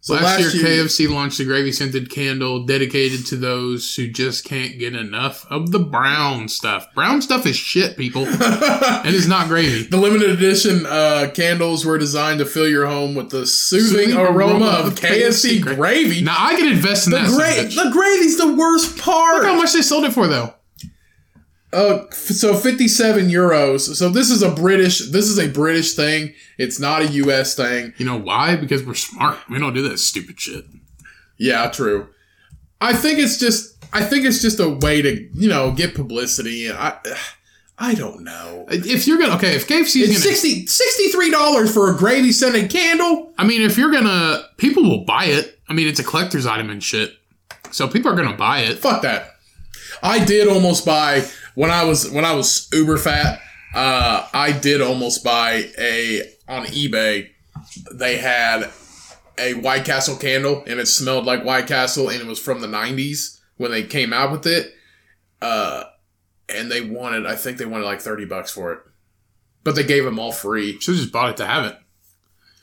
Speaker 1: So
Speaker 2: last, year, KFC launched a gravy scented candle dedicated to those who just can't get enough of the brown stuff. Brown stuff is shit, people, and it's not gravy.
Speaker 1: the limited edition uh, candles were designed to fill your home with the soothing,
Speaker 2: Soothing
Speaker 1: aroma,
Speaker 2: aroma
Speaker 1: of
Speaker 2: of
Speaker 1: KFC,
Speaker 2: KFC gra-
Speaker 1: gravy.
Speaker 2: Now I can invest in
Speaker 1: the,
Speaker 2: that.
Speaker 1: gra-
Speaker 2: Gra-
Speaker 1: the gravy's the worst part.
Speaker 2: Look how much they sold it for, though.
Speaker 1: Uh, f- so 57 euros. So this is a British. This is a British thing. It's not a U.S. thing.
Speaker 2: You know why? Because we're smart. We don't do that stupid shit.
Speaker 1: Yeah, true. I think it's just. I think it's just a way to you know get publicity. I. I don't know.
Speaker 2: If you're gonna okay, if KFC is
Speaker 1: It's
Speaker 2: gonna,
Speaker 1: 60, 63 dollars for a gravy scented candle.
Speaker 2: I mean, if you're gonna, people will buy it. I mean, it's a collector's item and shit, so people are gonna buy it.
Speaker 1: Fuck that. I did almost buy when I was when I was uber fat. Uh, I did almost buy a on eBay. They had a White Castle candle, and it smelled like White Castle, and it was from the '90s when they came out with it. Uh, and they wanted, I think they wanted like thirty bucks for it, but they gave them all free.
Speaker 2: Should have just bought it to have it.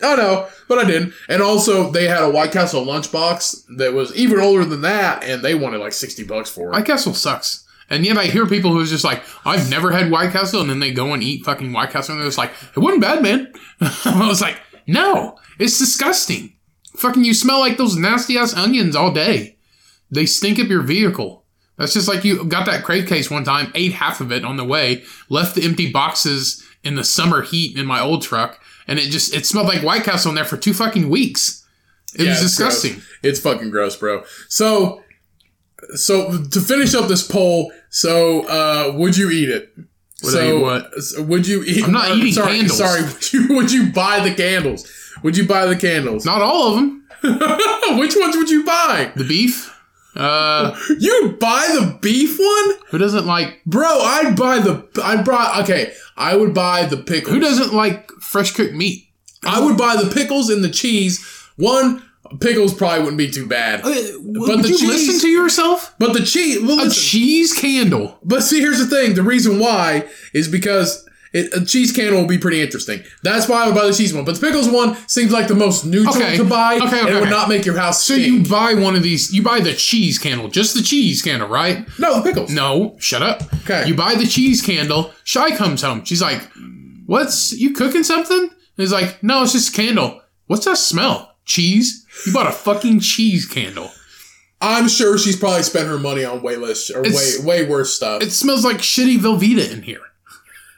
Speaker 1: Oh no, but I didn't. And also, they had a White Castle lunchbox that was even older than that, and they wanted like sixty bucks for it.
Speaker 2: White Castle sucks. And yet I hear people who's just like, I've never had White Castle, and then they go and eat fucking White Castle, and they're just like, it wasn't bad, man. I was like, no, it's disgusting. Fucking, you smell like those nasty ass onions all day. They stink up your vehicle. That's just like you got that crave case one time, ate half of it on the way, left the empty boxes in the summer heat in my old truck, and it just it smelled like White Castle in there for two fucking weeks. It
Speaker 1: Yeah,
Speaker 2: was
Speaker 1: it's gross.
Speaker 2: disgusting.
Speaker 1: It's fucking gross, bro. So, so to finish up this poll, so uh, would you eat it?
Speaker 2: Would I
Speaker 1: so
Speaker 2: eat what?
Speaker 1: so Would you eat?
Speaker 2: I'm not
Speaker 1: uh,
Speaker 2: eating
Speaker 1: sorry,
Speaker 2: candles.
Speaker 1: Sorry, would you, would you buy the candles? Would you buy the candles?
Speaker 2: Not all of them.
Speaker 1: Which ones would you buy?
Speaker 2: The beef, Uh,
Speaker 1: You buy the beef one,
Speaker 2: who doesn't like
Speaker 1: bro? I'd buy the. I brought. Okay, I would buy the pickles.
Speaker 2: who doesn't like fresh cooked meat?
Speaker 1: I would buy the pickles and the cheese. One pickles probably wouldn't be too bad,
Speaker 2: But
Speaker 1: the
Speaker 2: Uh, you
Speaker 1: cheese-
Speaker 2: listen to yourself?
Speaker 1: but the cheese. Well,
Speaker 2: A
Speaker 1: listen,
Speaker 2: cheese candle.
Speaker 1: But see, here's the thing. The reason why is because it, a cheese candle will be pretty interesting. That's why I would buy the cheese one. But the pickles one seems like the most neutral
Speaker 2: Okay.
Speaker 1: to buy.
Speaker 2: Okay, okay,
Speaker 1: and it would
Speaker 2: okay.
Speaker 1: not make your house
Speaker 2: So
Speaker 1: stink.
Speaker 2: you buy one of these. You buy the cheese candle, just the cheese candle, right?
Speaker 1: no, the pickles.
Speaker 2: No, shut up.
Speaker 1: 'Kay.
Speaker 2: You buy the cheese candle. Shy comes home. She's like, "What's you cooking something?" And he's like, "No, it's just a candle. What's that smell? Cheese? You bought a fucking cheese candle.
Speaker 1: I'm sure she's probably spent her money on way less or
Speaker 2: It's-
Speaker 1: way way worse stuff.
Speaker 2: It smells like shitty Velveeta in here.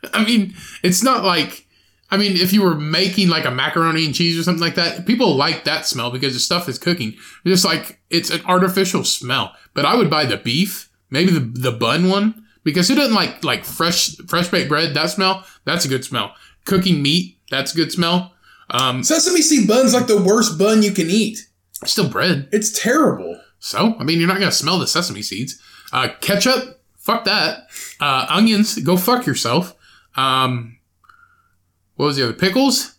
Speaker 2: I mean, it's not like." I mean, if you were making like a macaroni and cheese or something like that, people like that smell because the stuff is cooking. It's just like it's an artificial smell. But I would buy the beef, maybe the the bun one, because it doesn't like like fresh fresh baked bread. That smell, that's a good smell. Cooking meat, that's a good smell. Um,
Speaker 1: Sesame seed bun's like the worst bun you can eat.
Speaker 2: still bread.
Speaker 1: It's terrible.
Speaker 2: So I mean, you're not gonna smell the sesame seeds. Uh, ketchup, fuck that. Uh, onions, go fuck yourself. Um, what was the other pickles?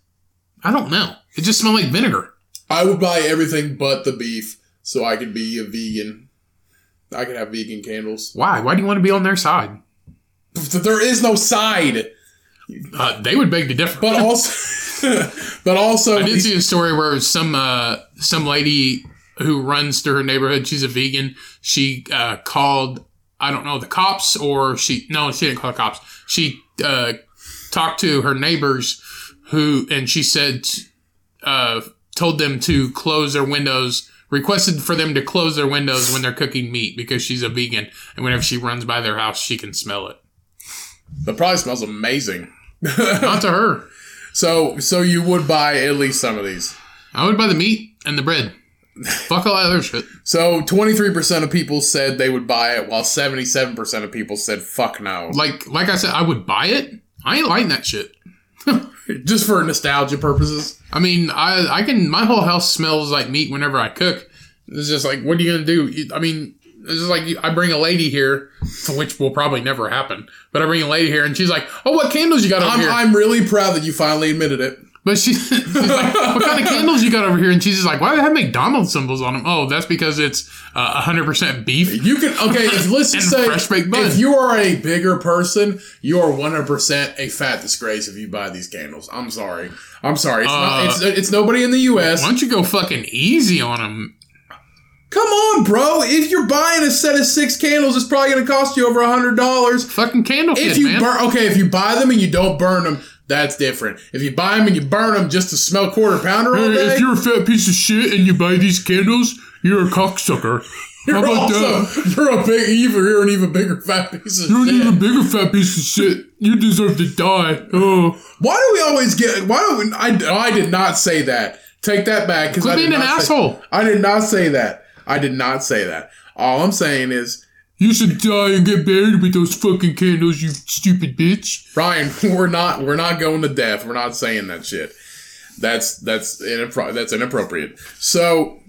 Speaker 2: I don't know. It just smelled like vinegar.
Speaker 1: I would buy everything but the beef so I could be a vegan. I could have vegan candles.
Speaker 2: Why? Why do you want to be on their side?
Speaker 1: There is no side.
Speaker 2: Uh, they would beg to differ.
Speaker 1: But also, but also,
Speaker 2: I did see a story where some uh, some lady who runs through her neighborhood, she's a vegan. She uh, called, I don't know, the cops or she no, she didn't call the cops. She uh, talked to her neighbors who, and she said, uh, told them to close their windows. Requested for them to close their windows when they're cooking meat because she's a vegan, and whenever she runs by their house, she can smell it.
Speaker 1: the probably smells amazing.
Speaker 2: Not to her.
Speaker 1: So, so you would buy at least some of these.
Speaker 2: I would buy the meat and the bread. Fuck all that other shit.
Speaker 1: So, twenty three percent of people said they would buy it, while seventy seven percent of people said fuck no,
Speaker 2: like like I said, I would buy it. I ain't lighting that shit.
Speaker 1: just for nostalgia purposes.
Speaker 2: I mean, I I can. My whole house smells like meat whenever I cook. It's just like, what are you gonna do? You- I mean, it's just like you- I bring a lady here, which will probably never happen. But I bring a lady here, and she's like, "Oh, what candles you got over
Speaker 1: I'm,
Speaker 2: here?"
Speaker 1: I'm really proud that you finally admitted it.
Speaker 2: but she, she's like, "What kind of candles you got over here?" And she's just like, "Why do they have McDonald's symbols on them?" Oh, that's because it's uh, hundred percent beef.
Speaker 1: You can okay. If, let's just
Speaker 2: And
Speaker 1: say
Speaker 2: fresh baked bun.
Speaker 1: if you are a bigger person, you are one hundred percent a fat disgrace if you buy these candles. I'm sorry. I'm sorry. It's, not,
Speaker 2: Uh,
Speaker 1: it's, it's nobody in the U.S.
Speaker 2: Why don't you go fucking easy on them?
Speaker 1: Come on, bro. If you're buying a set of six candles, it's probably going to cost you over a hundred dollars.
Speaker 2: Fucking candle
Speaker 1: If
Speaker 2: kid,
Speaker 1: you
Speaker 2: man.
Speaker 1: burn, okay, if you buy them and you don't burn them, that's different. If you buy them and you burn them just to smell quarter pounder all
Speaker 2: Hey,
Speaker 1: day,
Speaker 2: Uh, if you're a fat piece of shit and you buy these candles, you're a cocksucker.
Speaker 1: you're
Speaker 2: How about uh,
Speaker 1: also
Speaker 2: that?
Speaker 1: you're a big, even you're an even bigger fat piece of
Speaker 2: You're an
Speaker 1: shit.
Speaker 2: even bigger fat piece of shit. You deserve to die. Oh,
Speaker 1: why do we always get? Why do we? I, oh, I did not say that. Take that back. Because
Speaker 2: quit
Speaker 1: I did
Speaker 2: being an
Speaker 1: not say-
Speaker 2: asshole.
Speaker 1: I did not say that. I did not say that. All I'm saying is,
Speaker 2: You should die and get buried with those fucking candles, you stupid bitch.
Speaker 1: Ryan, we're not we're not going to death. We're not saying that shit. That's that's inappro- that's inappropriate. So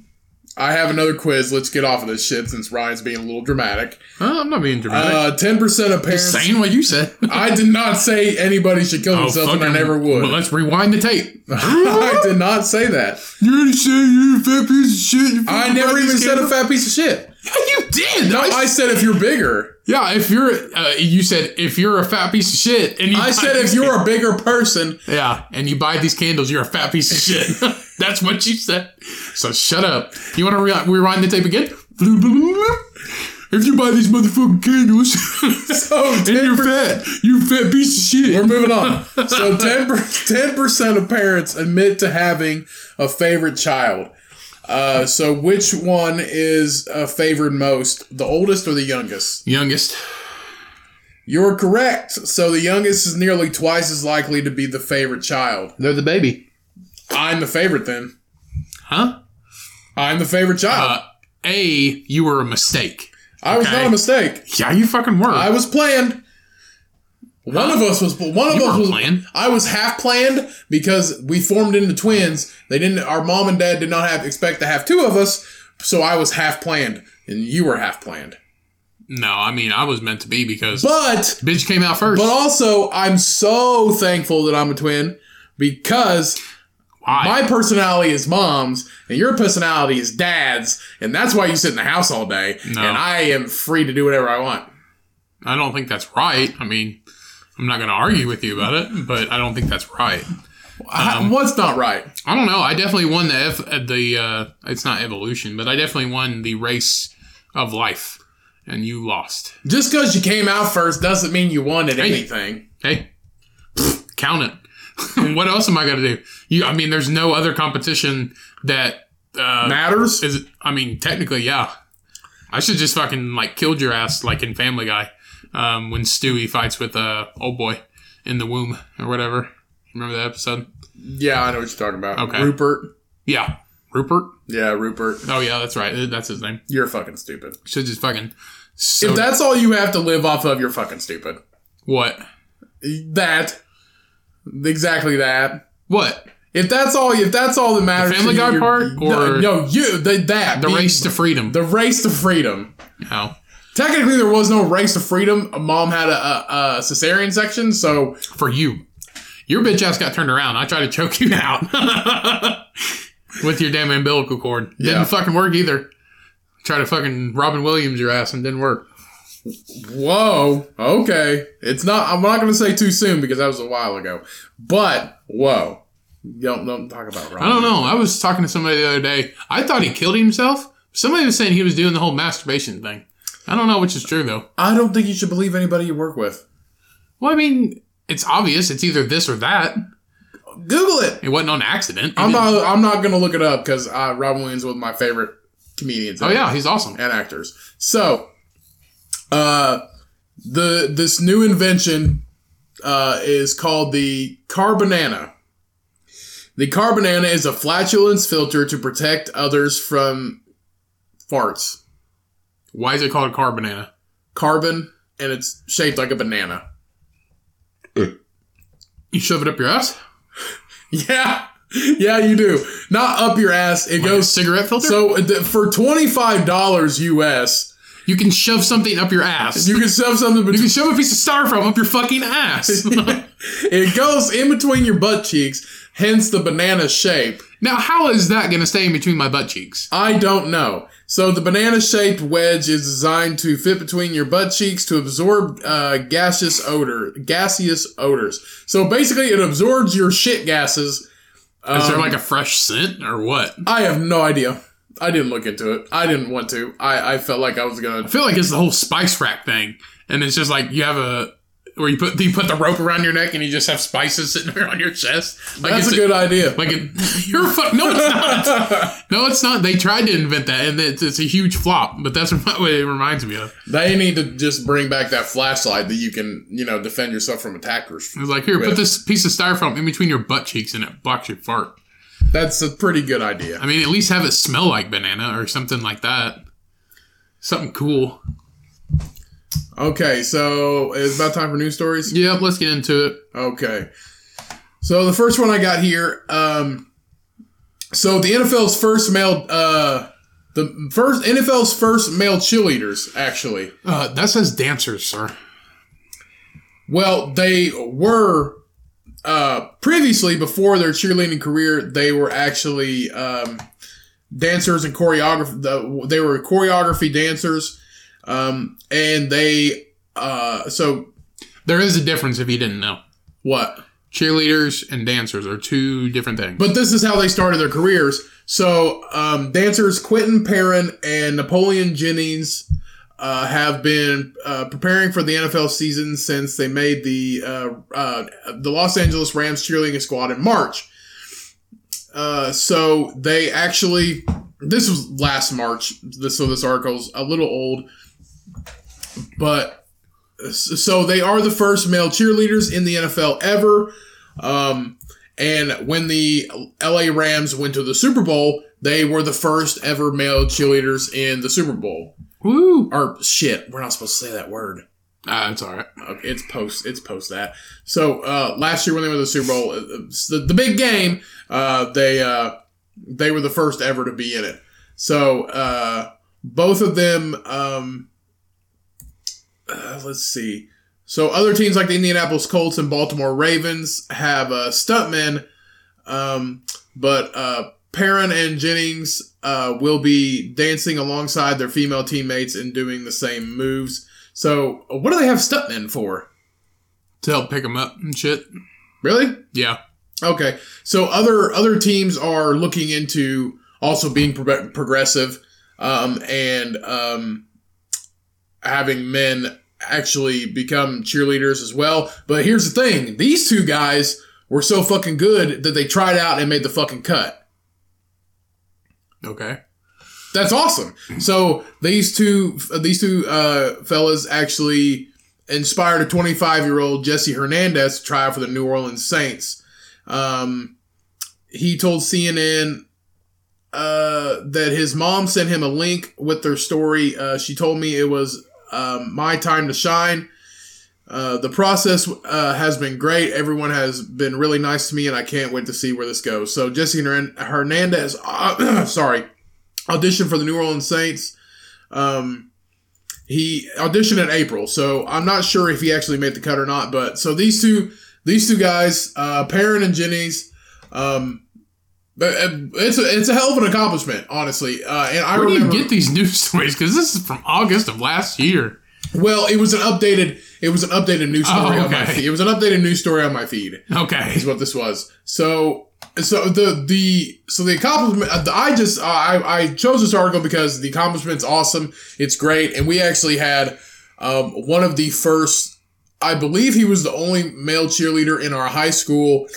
Speaker 1: I have another quiz. Let's get off of this shit since Ryan's being a little dramatic.
Speaker 2: Oh, I'm not being dramatic.
Speaker 1: Uh, 10% of parents.
Speaker 2: Saying what you said.
Speaker 1: I did not say anybody should
Speaker 2: Oh,
Speaker 1: kill themselves, and I
Speaker 2: fucking-
Speaker 1: never
Speaker 2: Well,
Speaker 1: would.
Speaker 2: let's rewind the tape.
Speaker 1: I did not say that.
Speaker 2: you say you're a fat piece of shit. you
Speaker 1: I
Speaker 2: fucking
Speaker 1: never
Speaker 2: buy these
Speaker 1: even said a
Speaker 2: candles.
Speaker 1: fat piece of shit.
Speaker 2: Yeah, you did.
Speaker 1: No,
Speaker 2: I-
Speaker 1: I said if you're bigger.
Speaker 2: yeah, if you're, uh, you said if you're a fat piece of shit, and you
Speaker 1: I said if you're a bigger person,
Speaker 2: Yeah, and you buy these candles, you're a fat piece of shit. That's what you said. So shut up. You want to re- rewind the tape again? If you buy these motherfucking candles,
Speaker 1: so
Speaker 2: and you're fat, you fat piece of shit.
Speaker 1: We're moving on. So 10 percent of parents admit to having a favorite child. Uh, so which one is uh, favored most, the oldest or the youngest?
Speaker 2: Youngest.
Speaker 1: You're correct. So the youngest is nearly twice as likely to be the favorite child.
Speaker 2: They're the baby.
Speaker 1: I'm the favorite then.
Speaker 2: Huh?
Speaker 1: I'm the favorite child.
Speaker 2: Uh, a, you were a mistake.
Speaker 1: I was not
Speaker 2: okay.
Speaker 1: a mistake.
Speaker 2: Yeah, you fucking were.
Speaker 1: I was planned. One
Speaker 2: Huh?
Speaker 1: of us was one of
Speaker 2: You
Speaker 1: us
Speaker 2: were
Speaker 1: was
Speaker 2: planned.
Speaker 1: I was half planned because we formed into twins. They didn't. Our mom and dad did not have expect to have two of us. So I was half planned and you were half planned.
Speaker 2: No, I mean I was meant to be because
Speaker 1: But
Speaker 2: bitch came out first.
Speaker 1: but also I'm so thankful that I'm a twin because
Speaker 2: Why?
Speaker 1: my personality is mom's and your personality is dad's and that's why you sit in the house all day
Speaker 2: No.
Speaker 1: and I am free to do whatever I want.
Speaker 2: I don't think that's right. I mean, I'm not going to argue with you about it, but I don't think that's right.
Speaker 1: I-
Speaker 2: Um,
Speaker 1: what's not right?
Speaker 2: I don't know. I definitely won the F, uh, the uh, it's not evolution, but I definitely won the race of life, and you lost.
Speaker 1: Just because you came out first doesn't mean you won at anything.
Speaker 2: Hey, pfft, count it. what else am I going to do? You, I mean, there's no other competition that uh,
Speaker 1: Matters.
Speaker 2: is. I mean, technically, yeah. I should just fucking like killed your ass like in Family Guy um, when Stewie fights with uh, old boy in the womb or whatever. Remember that episode?
Speaker 1: Yeah, I know what you're talking about.
Speaker 2: Okay.
Speaker 1: Rupert.
Speaker 2: Yeah, Rupert.
Speaker 1: Yeah, Rupert.
Speaker 2: Oh yeah, that's right. That's his name.
Speaker 1: You're fucking stupid.
Speaker 2: Should just fucking.
Speaker 1: if
Speaker 2: So
Speaker 1: that's all you have to live off of, you're fucking stupid.
Speaker 2: what?
Speaker 1: That. Exactly that.
Speaker 2: What?
Speaker 1: If that's all, if that's all that matters,
Speaker 2: Family
Speaker 1: to you,
Speaker 2: Guy
Speaker 1: you're-
Speaker 2: part
Speaker 1: no,
Speaker 2: or-
Speaker 1: no, you the, that
Speaker 2: The race to freedom.
Speaker 1: the race to freedom.
Speaker 2: no.
Speaker 1: Technically, there was no race to freedom. Mom had a, a, a cesarean section, so
Speaker 2: For you. Your bitch ass got turned around. I tried to choke you out with your damn umbilical cord. Didn't
Speaker 1: Yeah.
Speaker 2: fucking work either. Tried to fucking Robin Williams your ass and didn't work.
Speaker 1: whoa, okay. It's not. I'm not going to say too soon because that was a while ago. But whoa, don't don't talk about. Robin.
Speaker 2: I don't know. I was talking to somebody the other day. I thought he killed himself. Somebody was saying he was doing the whole masturbation thing. I don't know which is true though.
Speaker 1: I don't think you should believe anybody you work with.
Speaker 2: Well, I mean, it's obvious. It's either this or that.
Speaker 1: Google it.
Speaker 2: It wasn't on accident. He
Speaker 1: I'm
Speaker 2: didn't-
Speaker 1: not. I'm not gonna look it up because uh, Robin Williams is one of my favorite comedians.
Speaker 2: Oh yeah, he's awesome.
Speaker 1: and actors. So, uh, the this new invention uh, is called the car banana. The car banana is a flatulence filter to protect others from farts,
Speaker 2: Why is it called a car banana?
Speaker 1: carbon, and it's shaped like a banana.
Speaker 2: You shove it up your ass?
Speaker 1: Yeah, yeah, you do. Not up your ass. It
Speaker 2: Like a
Speaker 1: goes.
Speaker 2: cigarette filter?
Speaker 1: So th- for twenty five dollars US,
Speaker 2: you can shove something up your ass. You,
Speaker 1: you can shove something between.
Speaker 2: can shove a piece of styrofoam up your fucking ass.
Speaker 1: It goes in between your butt cheeks, hence the banana shape.
Speaker 2: now, how is that going to stay in between my butt cheeks?
Speaker 1: I don't know. So the banana shaped wedge is designed to fit between your butt cheeks to absorb uh, gaseous odor, gaseous odors. So basically, it absorbs your shit gases.
Speaker 2: Is there
Speaker 1: Um,
Speaker 2: like a fresh scent or what?
Speaker 1: I have no idea. I didn't look into it. I didn't want to. I, I felt like I was gonna.
Speaker 2: I feel like it's the whole spice rack thing, and it's just like you have a where you put you put the rope around your neck and you just have spices sitting there on your chest. Like
Speaker 1: That's
Speaker 2: it's
Speaker 1: a good idea.
Speaker 2: Like it, you're a fuck. No, it's not. No, it's not. They tried to invent that, and it's, it's a huge flop. But that's what it reminds me of.
Speaker 1: They need to just bring back that flashlight that you can, you know, defend yourself from attackers.
Speaker 2: It's like here,
Speaker 1: Right.
Speaker 2: put this piece of styrofoam in between your butt cheeks, and it blocks your fart.
Speaker 1: That's a pretty good idea.
Speaker 2: I mean, at least have it smell like banana or something like that. Something cool.
Speaker 1: Okay, so it's about time for news stories.
Speaker 2: Yep, let's get into it.
Speaker 1: Okay. So the first one I got here, um, so the NFL's first male, uh, the first NFL's first male cheerleaders actually.
Speaker 2: Uh, that says dancers, sir.
Speaker 1: Well, they were uh, previously before their cheerleading career, they were actually um, dancers and choreograph. The, they were choreography dancers, um, and they uh, so
Speaker 2: There is a difference if you didn't know.
Speaker 1: what?
Speaker 2: Cheerleaders and dancers are two different things.
Speaker 1: But this is how they started their careers. So um, dancers Quentin Perrin and Napoleon Jennings uh, have been uh, preparing for the NFL season since they made the uh, uh, the Los Angeles Rams cheerleading squad in March. Uh, so they actually this was last March. This, so this article's a little old, but so they are the first male cheerleaders in the NFL ever. Um, and when the LA Rams went to the Super Bowl, they were the first ever male cheerleaders in the Super Bowl.
Speaker 2: Woo!
Speaker 1: Or shit, we're not supposed to say that word.
Speaker 2: Uh, it's all right.
Speaker 1: Okay, it's post. It's post that. So uh, last year when they went to the Super Bowl, uh, uh, the, the big game, uh, they uh, they were the first ever to be in it. So uh, both of them. Um, uh, let's see. So other teams like the Indianapolis Colts and Baltimore Ravens have uh, stuntmen, um, but uh, Perrin and Jennings uh, will be dancing alongside their female teammates and doing the same moves. So uh, what do they have stuntmen for?
Speaker 2: to help pick them up and shit.
Speaker 1: Really?
Speaker 2: Yeah.
Speaker 1: Okay. So other other teams are looking into also being pro- progressive um, and um, having men actually become cheerleaders as well. But here's the thing: these two guys were so fucking good that they tried out and made the fucking cut.
Speaker 2: Okay.
Speaker 1: That's awesome. So these two these two uh, fellas actually inspired a 25 year old Jesse Hernandez to try out for the New Orleans Saints. Um, he told CNN uh, that his mom sent him a link with their story. Uh, she told me it was um, my time to shine. Uh, the process uh, has been great. Everyone has been really nice to me, and I can't wait to see where this goes. So Jesse Hern- Hernandez, uh, sorry, auditioned for the New Orleans Saints. Um, he auditioned in April, so I'm not sure if he actually made the cut or not. But so these two, these two guys, uh, Perrin and Jennings, um, but uh, it's a, it's a hell of an accomplishment, honestly. Uh, and I
Speaker 2: Where do you
Speaker 1: remember,
Speaker 2: get these news stories? Because this is from August of last year.
Speaker 1: well, it was an updated, it was an updated news
Speaker 2: Oh,
Speaker 1: story on my
Speaker 2: okay.
Speaker 1: feed. It was an updated news story on my feed.
Speaker 2: Okay.
Speaker 1: is what this was. So so the the so the accomplishment uh, the, I just uh, I I chose this article because the accomplishment's awesome. It's great, and we actually had um, one of the first. I believe he was the only male cheerleader in our high school.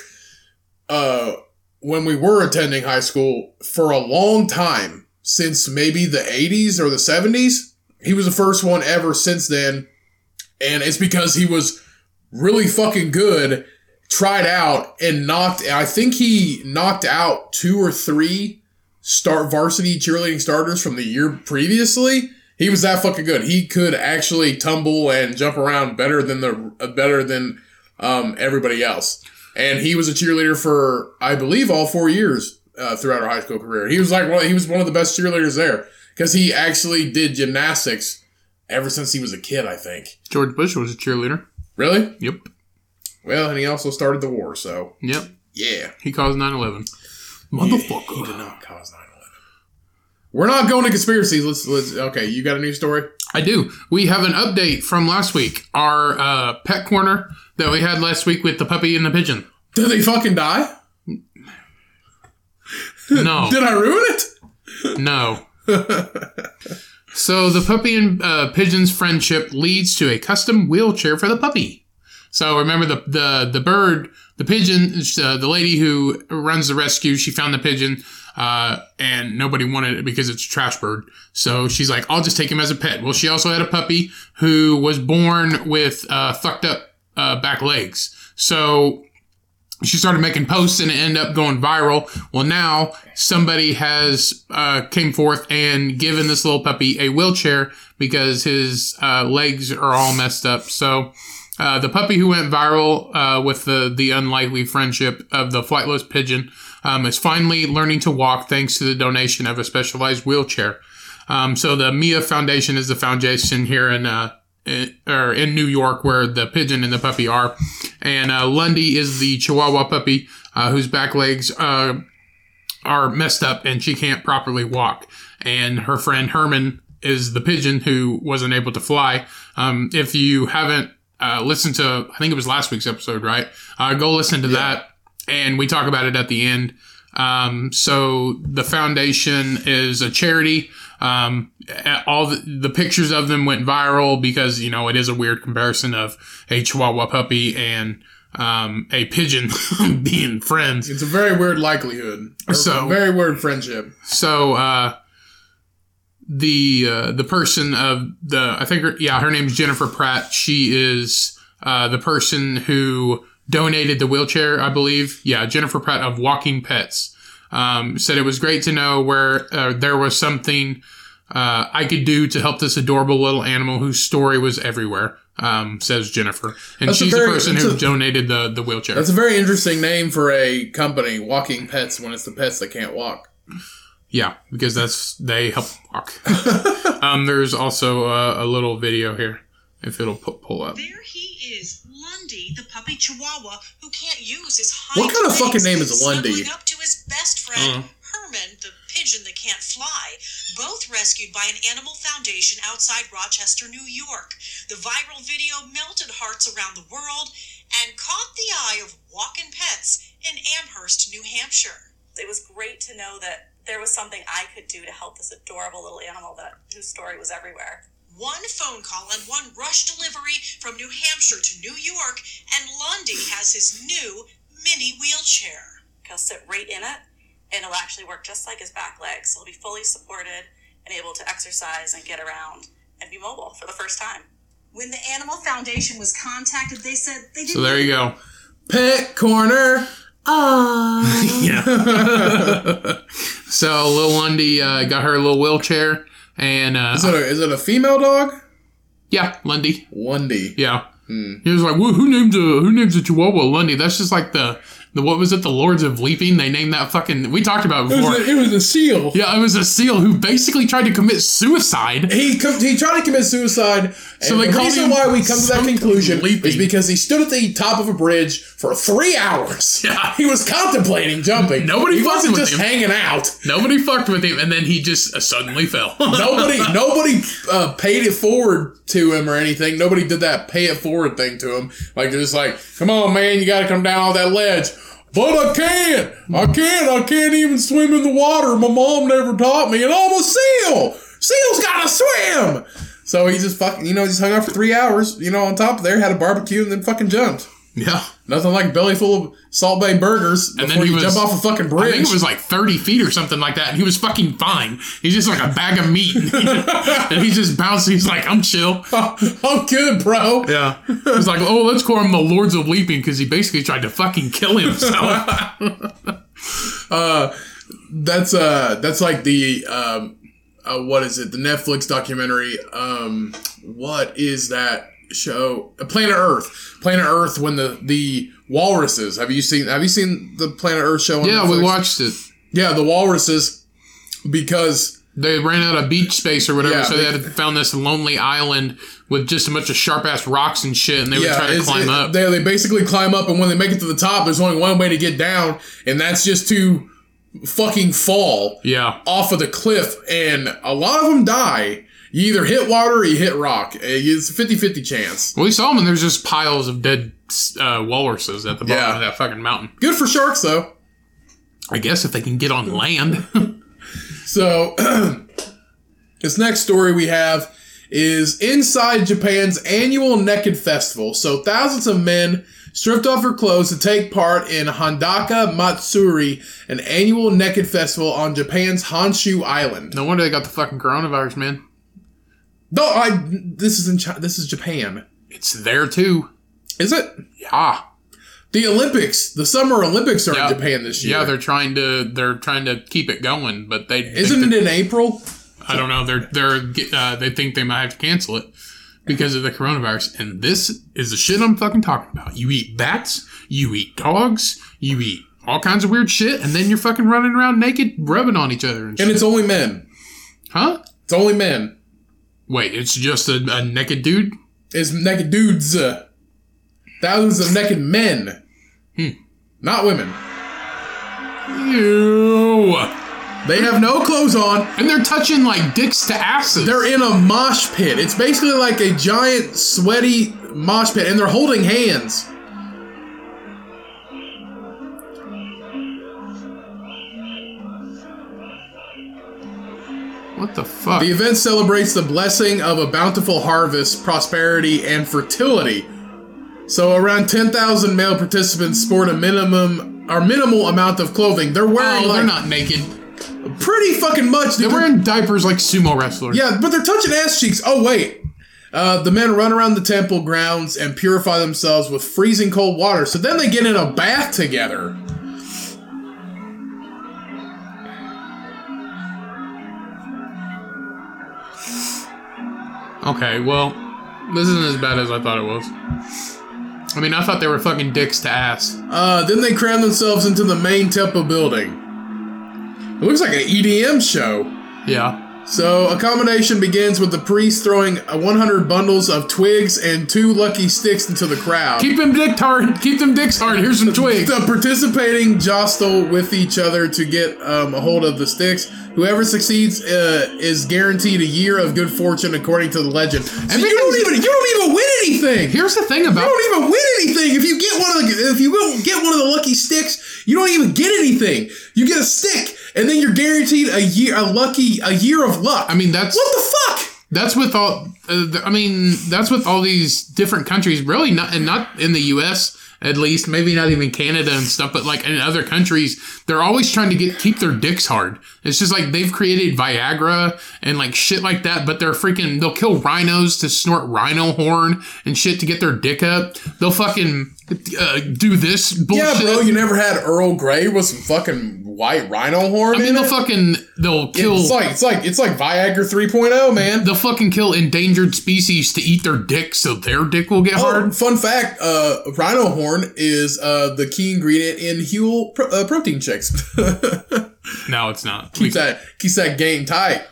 Speaker 1: Uh, when we were attending high school for a long time, since maybe the 80s or the 70s, he was the first one ever since then. And it's because he was really fucking good tried out and knocked I think he knocked out two or three start varsity cheerleading starters from the year previously. He was that fucking good. He could actually tumble and jump around better than the uh, better than um, everybody else. And he was a cheerleader for I believe all 4 years uh, throughout our high school career. He was like one, he was one of the best cheerleaders there cuz he actually did gymnastics ever since he was a kid, I think.
Speaker 2: George Bush was a cheerleader.
Speaker 1: Really?
Speaker 2: Yep.
Speaker 1: Well, and he also started the war, so
Speaker 2: Yep.
Speaker 1: yeah.
Speaker 2: He caused 9
Speaker 1: He
Speaker 2: 11.
Speaker 1: did
Speaker 2: Motherfucker.
Speaker 1: not cause 9 11. We're not going to conspiracies. Let's, let's, okay, you got a new story?
Speaker 2: I do. We have an update from last week. Our uh, pet corner that we had last week with the puppy and the pigeon.
Speaker 1: Did they fucking die?
Speaker 2: No.
Speaker 1: Did I ruin it?
Speaker 2: No. so the puppy and uh, pigeon's friendship leads to a custom wheelchair for the puppy. So remember the the the bird, the pigeon, uh, the lady who runs the rescue. She found the pigeon, uh, and nobody wanted it because it's a trash bird. So she's like, "I'll just take him as a pet." Well, she also had a puppy who was born with uh, fucked up uh, back legs. So she started making posts and it ended up going viral. Well, now somebody has uh, came forth and given this little puppy a wheelchair because his uh, legs are all messed up. So uh, the puppy who went viral uh, with the the unlikely friendship of the flightless pigeon um, is finally learning to walk thanks to the donation of a specialized wheelchair. Um, so the Mia Foundation is the foundation here in uh, in, or in New York where the pigeon and the puppy are, and uh, Lundy is the Chihuahua puppy uh, whose back legs uh, are messed up and she can't properly walk, and her friend Herman is the pigeon who wasn't able to fly. Um, if you haven't uh, listened to, I think it was last week's episode, right? Uh, go listen to that, and we talk about it at the end. Um, so the foundation is a charity. Um, a- all the, the pictures of them went viral because you know it is a weird comparison of a Chihuahua puppy and um, a pigeon being friends.
Speaker 1: It's a very weird likelihood. Or
Speaker 2: So-
Speaker 1: very weird friendship.
Speaker 2: So uh, the uh, the person of the I think her, yeah her name's Jennifer Pratt. She is uh, the person who donated the wheelchair, I believe. Yeah, Jennifer Pratt of Walking Pets um, said it was great to know where uh, there was something uh, I could do to help this adorable little animal whose story was everywhere. Um, says Jennifer, and
Speaker 1: That's a
Speaker 2: she's
Speaker 1: very-
Speaker 2: the person
Speaker 1: that's
Speaker 2: who
Speaker 1: a-
Speaker 2: donated the the wheelchair.
Speaker 1: That's a very interesting name for a company, Walking Pets, when it's the pets that can't walk.
Speaker 2: Yeah, because that's they help walk. um, there's also uh, a, a little video here, if it'll pu- pull up.
Speaker 4: There he is, Lundy, the puppy chihuahua who can't use his hind
Speaker 1: What kind of
Speaker 4: legs,
Speaker 1: fucking name is Lundy?
Speaker 4: snuggling up to his best friend, Herman, the pigeon that can't fly, both rescued by an animal foundation outside Rochester, New York. The viral video melted hearts around the world and caught the eye of Walkin' Pets in Amherst, New Hampshire.
Speaker 5: it was great to know that there was something I could do to help this adorable little animal that whose story was everywhere.
Speaker 4: One phone call and one rush delivery from New Hampshire to New York, and Lundy has his new mini wheelchair.
Speaker 5: He'll sit right in it, and it'll actually work just like his back legs. He'll be fully supported and able to exercise and get around and be mobile for the first time.
Speaker 4: When the Animal Foundation was contacted, they said they didn't.
Speaker 2: So there you go.
Speaker 1: Pet corner. Ah.
Speaker 2: So Lil Lundy uh, got her a little wheelchair, and uh,
Speaker 1: Is it a, is it a female dog?
Speaker 2: yeah, Lundy,
Speaker 1: Lundy.
Speaker 2: yeah.
Speaker 1: Hmm.
Speaker 2: He was like, well, "Who names a who names a chihuahua Lundy?" That's just like the the what was it? The Lords of Leaping. They named that fucking. We talked about it
Speaker 1: It
Speaker 2: before.
Speaker 1: was a, it was a seal.
Speaker 2: yeah, it was a seal who basically tried to commit suicide.
Speaker 1: He com- he tried to commit suicide. So
Speaker 2: they
Speaker 1: the
Speaker 2: called
Speaker 1: reason
Speaker 2: him
Speaker 1: why we come to that
Speaker 2: something
Speaker 1: conclusion
Speaker 2: leaping.
Speaker 1: is because he stood at the top of a bridge for three hours.
Speaker 2: Yeah.
Speaker 1: He was contemplating jumping.
Speaker 2: Nobody
Speaker 1: he
Speaker 2: fucked
Speaker 1: wasn't
Speaker 2: with
Speaker 1: just
Speaker 2: him.
Speaker 1: hanging out.
Speaker 2: Nobody fucked with him, and then he just uh, suddenly fell.
Speaker 1: Nobody nobody uh, paid it forward to him or anything. Nobody did that pay it forward thing to him. Like they're just like, come on, man, you got to come down off that ledge. But I can't. I can't. I can't even swim in the water. My mom never taught me. And I'm a seal. Seals gotta swim. So he just fucking, you know, just hung out for three hours. You know, on top of there, had a barbecue and then fucking jumped.
Speaker 2: yeah.
Speaker 1: Nothing like a belly full of Salt Bay burgers
Speaker 2: then
Speaker 1: before
Speaker 2: he
Speaker 1: you
Speaker 2: was-
Speaker 1: jump off a fucking
Speaker 2: I
Speaker 1: bridge.
Speaker 2: think it was like 30 feet or something like that, and he was fucking fine. He's just like a bag of meat. and he's just bouncing. He's like, I'm chill.
Speaker 1: I'm good, bro.
Speaker 2: Yeah. He's like, oh, let's call him the Lords of Leaping because he basically tried to fucking kill himself.
Speaker 1: that's uh that's like the um uh, what is it the netflix documentary um what is that show Uh, planet earth planet earth when the the walruses have you seen have you seen the planet earth show on
Speaker 2: yeah, we
Speaker 1: Netflix?
Speaker 2: watched it.
Speaker 1: yeah the walruses because
Speaker 2: They ran out of beach space or whatever,
Speaker 1: Yeah,
Speaker 2: so they
Speaker 1: they-
Speaker 2: had found this lonely island with just a bunch of sharp ass rocks and shit, and they would try to
Speaker 1: it's-
Speaker 2: climb
Speaker 1: it-
Speaker 2: up.
Speaker 1: They, they basically climb up, and when they make it to the top, there's only one way to get down, and that's just to fucking fall
Speaker 2: yeah.
Speaker 1: off of the cliff, and a lot of them die. You either hit water or you hit rock. Uh, It's a 50 50 chance.
Speaker 2: Well, we saw him, and there's just piles of dead uh, walruses at the bottom
Speaker 1: Yeah.
Speaker 2: of that fucking mountain.
Speaker 1: Good for sharks, though.
Speaker 2: I guess if they can get on land.
Speaker 1: So, this next story we have is inside Japan's annual Naked Festival. So, thousands of men stripped off their clothes to take part in Handaka Matsuri, an annual Naked Festival on Japan's Honshu Island.
Speaker 2: no wonder they got the fucking coronavirus, man.
Speaker 1: No, I. This is in China. This is Japan.
Speaker 2: It's there too.
Speaker 1: Is it?
Speaker 2: Yeah.
Speaker 1: The Olympics, the Summer Olympics are
Speaker 2: Yeah.
Speaker 1: in Japan this year.
Speaker 2: Yeah, they're trying to they're trying to keep it going, but they think
Speaker 1: Isn't it
Speaker 2: that-
Speaker 1: in April?
Speaker 2: I don't know. They're they're get- uh, they think they might have to cancel it because of the coronavirus. And this is the shit I'm fucking talking about. You eat bats, you eat dogs, you eat all kinds of weird shit, and then you're fucking running around naked, rubbing on each other and,
Speaker 1: And
Speaker 2: shit.
Speaker 1: it's only men.
Speaker 2: huh?
Speaker 1: It's only men.
Speaker 2: Wait, it's just a, a naked dude.
Speaker 1: It's naked dudes. Thousands of naked men.
Speaker 2: Hmm.
Speaker 1: Not women.
Speaker 2: Ew.
Speaker 1: They have no clothes on.
Speaker 2: And they're touching like dicks to asses.
Speaker 1: They're in a mosh pit. It's basically like a giant, sweaty mosh pit, and they're holding hands.
Speaker 2: what the fuck?
Speaker 1: The event celebrates the blessing of a bountiful harvest, prosperity, and fertility. So around 10,000 male participants sport a minimum or minimal amount of clothing. They're wearing
Speaker 2: oh,
Speaker 1: like
Speaker 2: they're not naked.
Speaker 1: pretty fucking much.
Speaker 2: They're
Speaker 1: dude.
Speaker 2: wearing diapers like sumo wrestlers.
Speaker 1: Yeah, but they're touching ass cheeks. Oh wait. Uh, the men run around the temple grounds and purify themselves with freezing cold water. So then they get in a bath together.
Speaker 2: Okay, well, this isn't as bad as I thought it was. I mean, I thought they were fucking dicks to ass.
Speaker 1: Uh, then they cram themselves into the main temple building. It looks like an EDM show.
Speaker 2: Yeah.
Speaker 1: So, accommodation begins with the priest throwing uh, 100 bundles of twigs and two lucky sticks into the crowd.
Speaker 2: Keep them dick hard. Keep them dicks hard. Here's some twigs.
Speaker 1: The participating jostle with each other to get um, a hold of the sticks. Whoever succeeds uh, is guaranteed a year of good fortune, according to the legend. So you don't even you don't even win anything. You
Speaker 2: Here's the thing about
Speaker 1: don't even win anything if you get one of the if you don't get one of the lucky sticks. You don't even get anything. You get a stick, and then you're guaranteed a year a lucky a year of luck.
Speaker 2: I mean, that's
Speaker 1: what the fuck?
Speaker 2: that's with all. Uh, th- I mean, that's with all these different countries. Really, not and not in the U.S. At least, maybe not even Canada and stuff, but like in other countries, they're always trying to get keep their dicks hard. It's just like they've created Viagra and like shit like that, but they're freaking they'll kill rhinos to snort rhino horn and shit to get their dick up. They'll fucking uh, do this bullshit.
Speaker 1: Yeah, bro, you never had Earl Grey with some fucking white rhino horn.
Speaker 2: I mean,
Speaker 1: in
Speaker 2: they'll
Speaker 1: it?
Speaker 2: fucking they'll kill.
Speaker 1: It's like it's like it's like Viagra 3.0, man.
Speaker 2: They'll fucking kill endangered species to eat their dick so their dick will get
Speaker 1: Oh,
Speaker 2: hard.
Speaker 1: fun fact: uh, rhino horn is uh, the key ingredient in Huel pro- uh, protein shakes.
Speaker 2: No, it's not.
Speaker 1: keeps that keeps that game tight.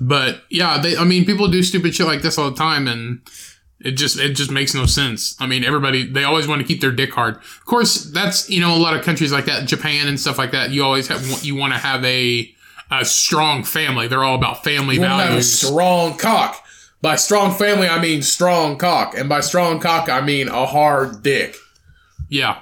Speaker 2: But yeah, they I mean people do stupid shit like this all the time and it just it just makes no sense. I mean everybody they always want to keep their dick hard. Of course, that's you know a lot of countries like that, Japan and stuff like that. You always have you want to have a a strong family. They're all about family
Speaker 1: You want to have a
Speaker 2: values.
Speaker 1: strong cock. By strong family, I mean strong cock, and by strong cock, I mean a hard dick.
Speaker 2: yeah.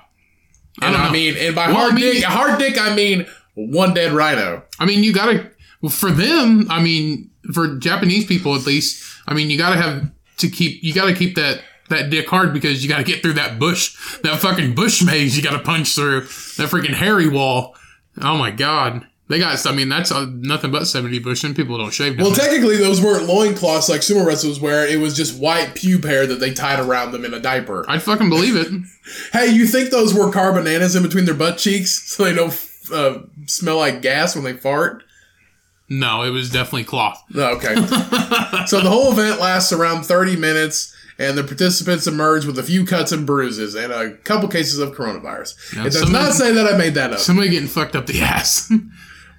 Speaker 2: I
Speaker 1: And
Speaker 2: don't
Speaker 1: Uh-huh. I,
Speaker 2: know.
Speaker 1: mean, and by
Speaker 2: Well, I
Speaker 1: hard
Speaker 2: mean-
Speaker 1: dick, a hard dick, I mean one dead rhino.
Speaker 2: I mean, you gotta for them. I mean, for Japanese people at least. I mean, you gotta have to keep. You gotta keep that that dick hard because you gotta get through that bush, that fucking bush maze. You gotta punch through that freaking hairy wall. Oh my god, they got. I mean, that's uh, nothing but seventy bush, and people don't shave. down
Speaker 1: Well,
Speaker 2: there.
Speaker 1: technically, those weren't loincloths like sumo wrestlers wear. It was just white pube hair that they tied around them in a diaper.
Speaker 2: I'd fucking believe it.
Speaker 1: Hey, you think those were car bananas in between their butt cheeks so they don't uh, smell like gas when they fart?
Speaker 2: No, it was definitely cloth.
Speaker 1: No, okay. so the whole event lasts around 30 minutes, and the participants emerge with a few cuts and bruises and a couple cases of coronavirus. it does
Speaker 2: some-
Speaker 1: not say that I made that up.
Speaker 2: Somebody getting fucked up the ass.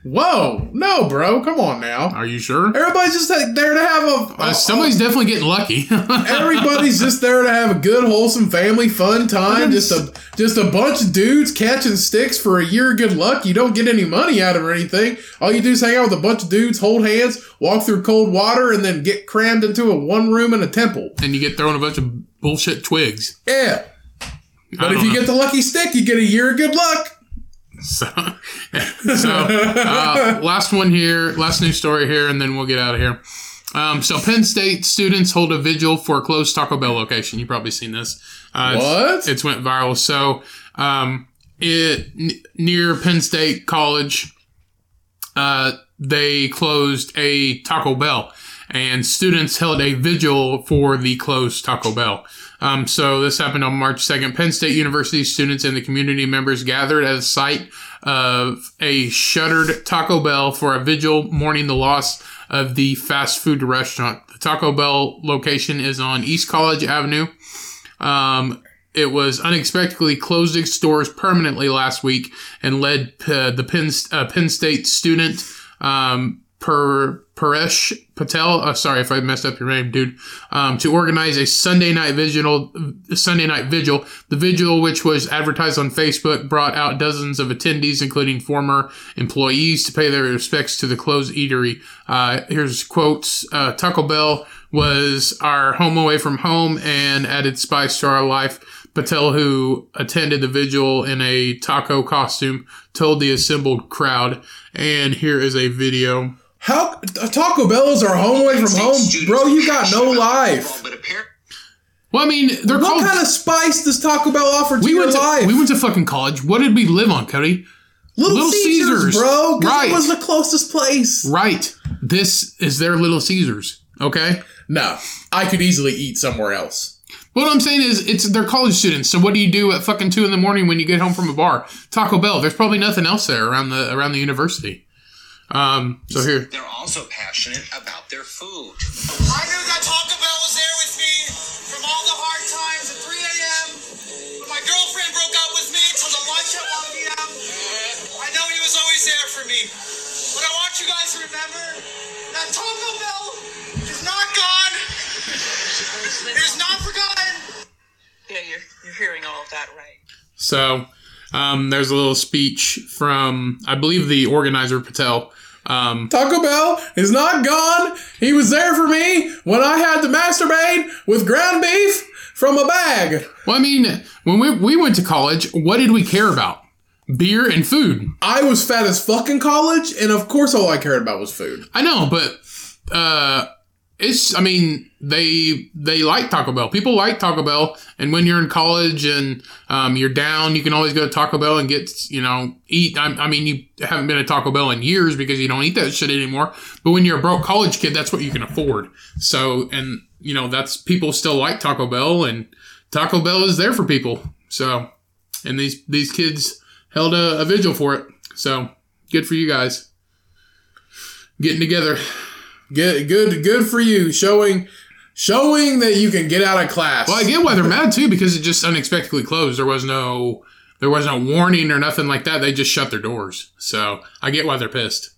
Speaker 1: Whoa, no, bro, come on now.
Speaker 2: Are you sure?
Speaker 1: Everybody's just like, there to have a.
Speaker 2: Uh, somebody's definitely getting lucky.
Speaker 1: Everybody's just there to have a good, wholesome family fun time. Just a just a bunch of dudes catching sticks for a year of good luck. You don't get any money out of it or anything. All you do is hang out with a bunch of dudes, hold hands, walk through cold water, and then get crammed into a one room in a temple.
Speaker 2: and you get thrown a bunch of bullshit twigs.
Speaker 1: Yeah. But if
Speaker 2: don't
Speaker 1: you
Speaker 2: know.
Speaker 1: get the lucky stick, you get a year of good luck.
Speaker 2: So, so uh, last one here, last news story here, and then we'll get out of here. Um, so, Penn State students hold a vigil for a closed Taco Bell location. You've probably seen this. Uh, it's-
Speaker 1: What?
Speaker 2: It's, went viral. So, um, it n- near Penn State College, uh, they closed a Taco Bell, and students held a vigil for the closed Taco Bell. Um, so this happened on March 2nd. Penn State University students and the community members gathered at the site of a shuttered Taco Bell for a vigil mourning the loss of the fast food restaurant. The Taco Bell location is on East College Avenue. Um, it was unexpectedly closed its doors permanently last week and led uh, the Penn, uh, Penn State student um, per Paresh Patel. Uh, sorry if I messed up your name, dude. Um, to organize a Sunday night vigil, Sunday night vigil. The vigil, which was advertised on Facebook, brought out dozens of attendees, including former employees, to pay their respects to the closed eatery. Uh, here's quotes: uh, Taco Bell was our home away from home and added spice to our life. Patel, who attended the vigil in a taco costume, told the assembled crowd, and here is a video.
Speaker 1: How Taco Bell is our home away from home, bro. You got no life.
Speaker 2: Well, I mean, they're
Speaker 1: What
Speaker 2: called.
Speaker 1: kind of spice does Taco Bell offer to
Speaker 2: we
Speaker 1: your
Speaker 2: went to
Speaker 1: life?
Speaker 2: we went to fucking college. What did we live on, Cody?
Speaker 1: Little,
Speaker 2: Little
Speaker 1: Caesars,
Speaker 2: Caesars.
Speaker 1: bro. 'cause
Speaker 2: Right.
Speaker 1: It was the closest place.
Speaker 2: Right. This is their Little Caesars. Okay.
Speaker 1: No, I could easily eat somewhere else.
Speaker 2: What I'm saying is, it's they're college students. So what do you do at fucking two in the morning when you get home from a bar? Taco Bell. There's probably nothing else there around the around the university. Um. So here.
Speaker 6: They're also passionate about their food.
Speaker 7: I knew that Taco Bell was there with me from all the hard times at 3 a.m. When my girlfriend broke up with me till the lunch at 1 p.m. I know he was always there for me. But I want you guys to remember that Taco Bell is not gone. It is not forgotten.
Speaker 5: Yeah, you're, you're hearing all of that right.
Speaker 2: So um, there's a little speech from, I believe, the organizer Patel. Um,
Speaker 1: Taco Bell is not gone. He was there for me when I had to masturbate with ground beef from a bag.
Speaker 2: well, I mean, when we, we went to college, what did we care about? Beer and food.
Speaker 1: I was fat as fuck in college, and of course, all I cared about was food.
Speaker 2: I know, but uh, it's. I mean, they they like Taco Bell. People like Taco Bell, and when you're in college and um, you're down, you can always go to Taco Bell and get you know eat. I, I mean, you haven't been to Taco Bell in years because you don't eat that shit anymore. But when you're a broke college kid, that's what you can afford. So, and you know, that's people still like Taco Bell, and Taco Bell is there for people. So, and these these kids held a, a vigil for it. So, good for you guys getting together.
Speaker 1: Good, good, good for you. Showing, showing that you can get out of class.
Speaker 2: Well, I get why they're mad too because it just unexpectedly closed. There was no, there was no warning or nothing like that. They just shut their doors. So I get why they're pissed.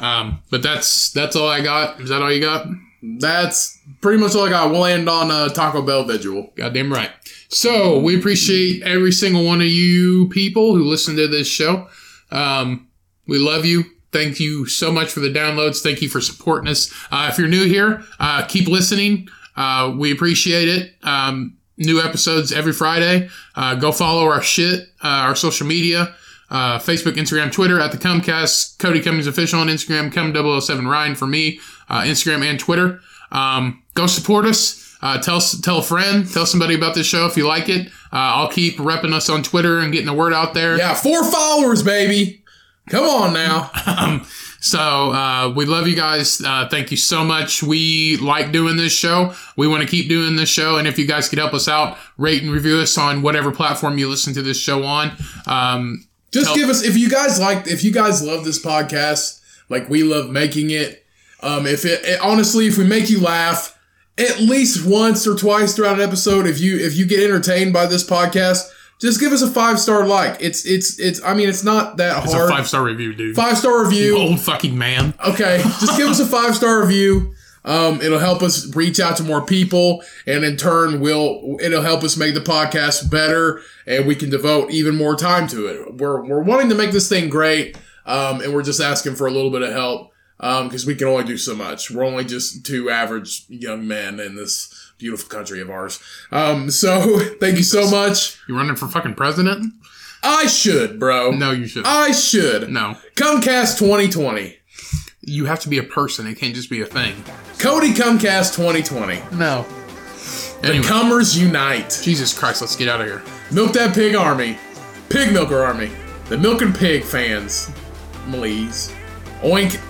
Speaker 2: Um, but that's that's all I got. Is that all you got?
Speaker 1: That's pretty much all I got. We'll end on uh, Taco Bell vigil.
Speaker 2: Goddamn right. So we appreciate every single one of you people who listen to this show. Um, we love you. Thank you so much for the downloads. Thank you for supporting us. Uh, if you're new here, uh, keep listening. Uh, we appreciate it. Um, new episodes every Friday. Uh, go follow our shit, uh, our social media, uh, Facebook, Instagram, Twitter at the Comcast. Cody Cummings official on Instagram. Cum 007 Ryan for me, uh, Instagram and Twitter. Um, go support us. Uh, tell tell a friend, tell somebody about this show if you like it. Uh, I'll keep repping us on Twitter and getting the word out there.
Speaker 1: Yeah, four followers, baby. Come on now.
Speaker 2: Um, So uh, we love you guys. Uh, thank you so much. We like doing this show. We want to keep doing this show. And if you guys could help us out, rate and review us on whatever platform you listen to this show on. Um,
Speaker 1: Just
Speaker 2: Tell-
Speaker 1: give us if you guys like if you guys love this podcast, like we love making it. Um, if it, it honestly, if we make you laugh at least once or twice throughout an episode, if you if you get entertained by this podcast, just give us a five star like. It's it's it's. I mean, it's not that
Speaker 2: it's a Oh,
Speaker 1: hard.
Speaker 2: five star review, dude.
Speaker 1: Five star
Speaker 2: You
Speaker 1: review.
Speaker 2: old fucking man.
Speaker 1: Okay, just give us a five star review. Um, it'll help us reach out to more people, and in turn, will it'll help us make the podcast better, and we can devote even more time to it. We're we're wanting to make this thing great, um, and we're just asking for a little bit of help because we can only do so much. We're only just two average young men in this beautiful country of ours. Um, so thank you so much.
Speaker 2: You running for fucking president?
Speaker 1: I should, bro.
Speaker 2: No, you shouldn't.
Speaker 1: I should.
Speaker 2: no,
Speaker 1: Comcast 2020.
Speaker 2: you have to be a person. It can't just be a thing.
Speaker 1: Cody Comcast 2020.
Speaker 2: No.
Speaker 1: The
Speaker 2: Anyway,
Speaker 1: Cummers unite.
Speaker 2: Jesus Christ, let's get out of here.
Speaker 1: Milk that pig army. Pig milker army. The milk and pig fans. Please. Oink.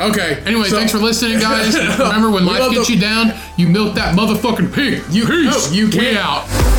Speaker 1: Okay.
Speaker 2: Anyway,
Speaker 1: so-
Speaker 2: thanks for listening, guys. Remember, when
Speaker 1: We
Speaker 2: life
Speaker 1: love
Speaker 2: gets
Speaker 1: the-
Speaker 2: you down, you milk that motherfucking pig.
Speaker 1: You-
Speaker 2: Peace.
Speaker 1: no, you
Speaker 2: We
Speaker 1: can't.
Speaker 2: out.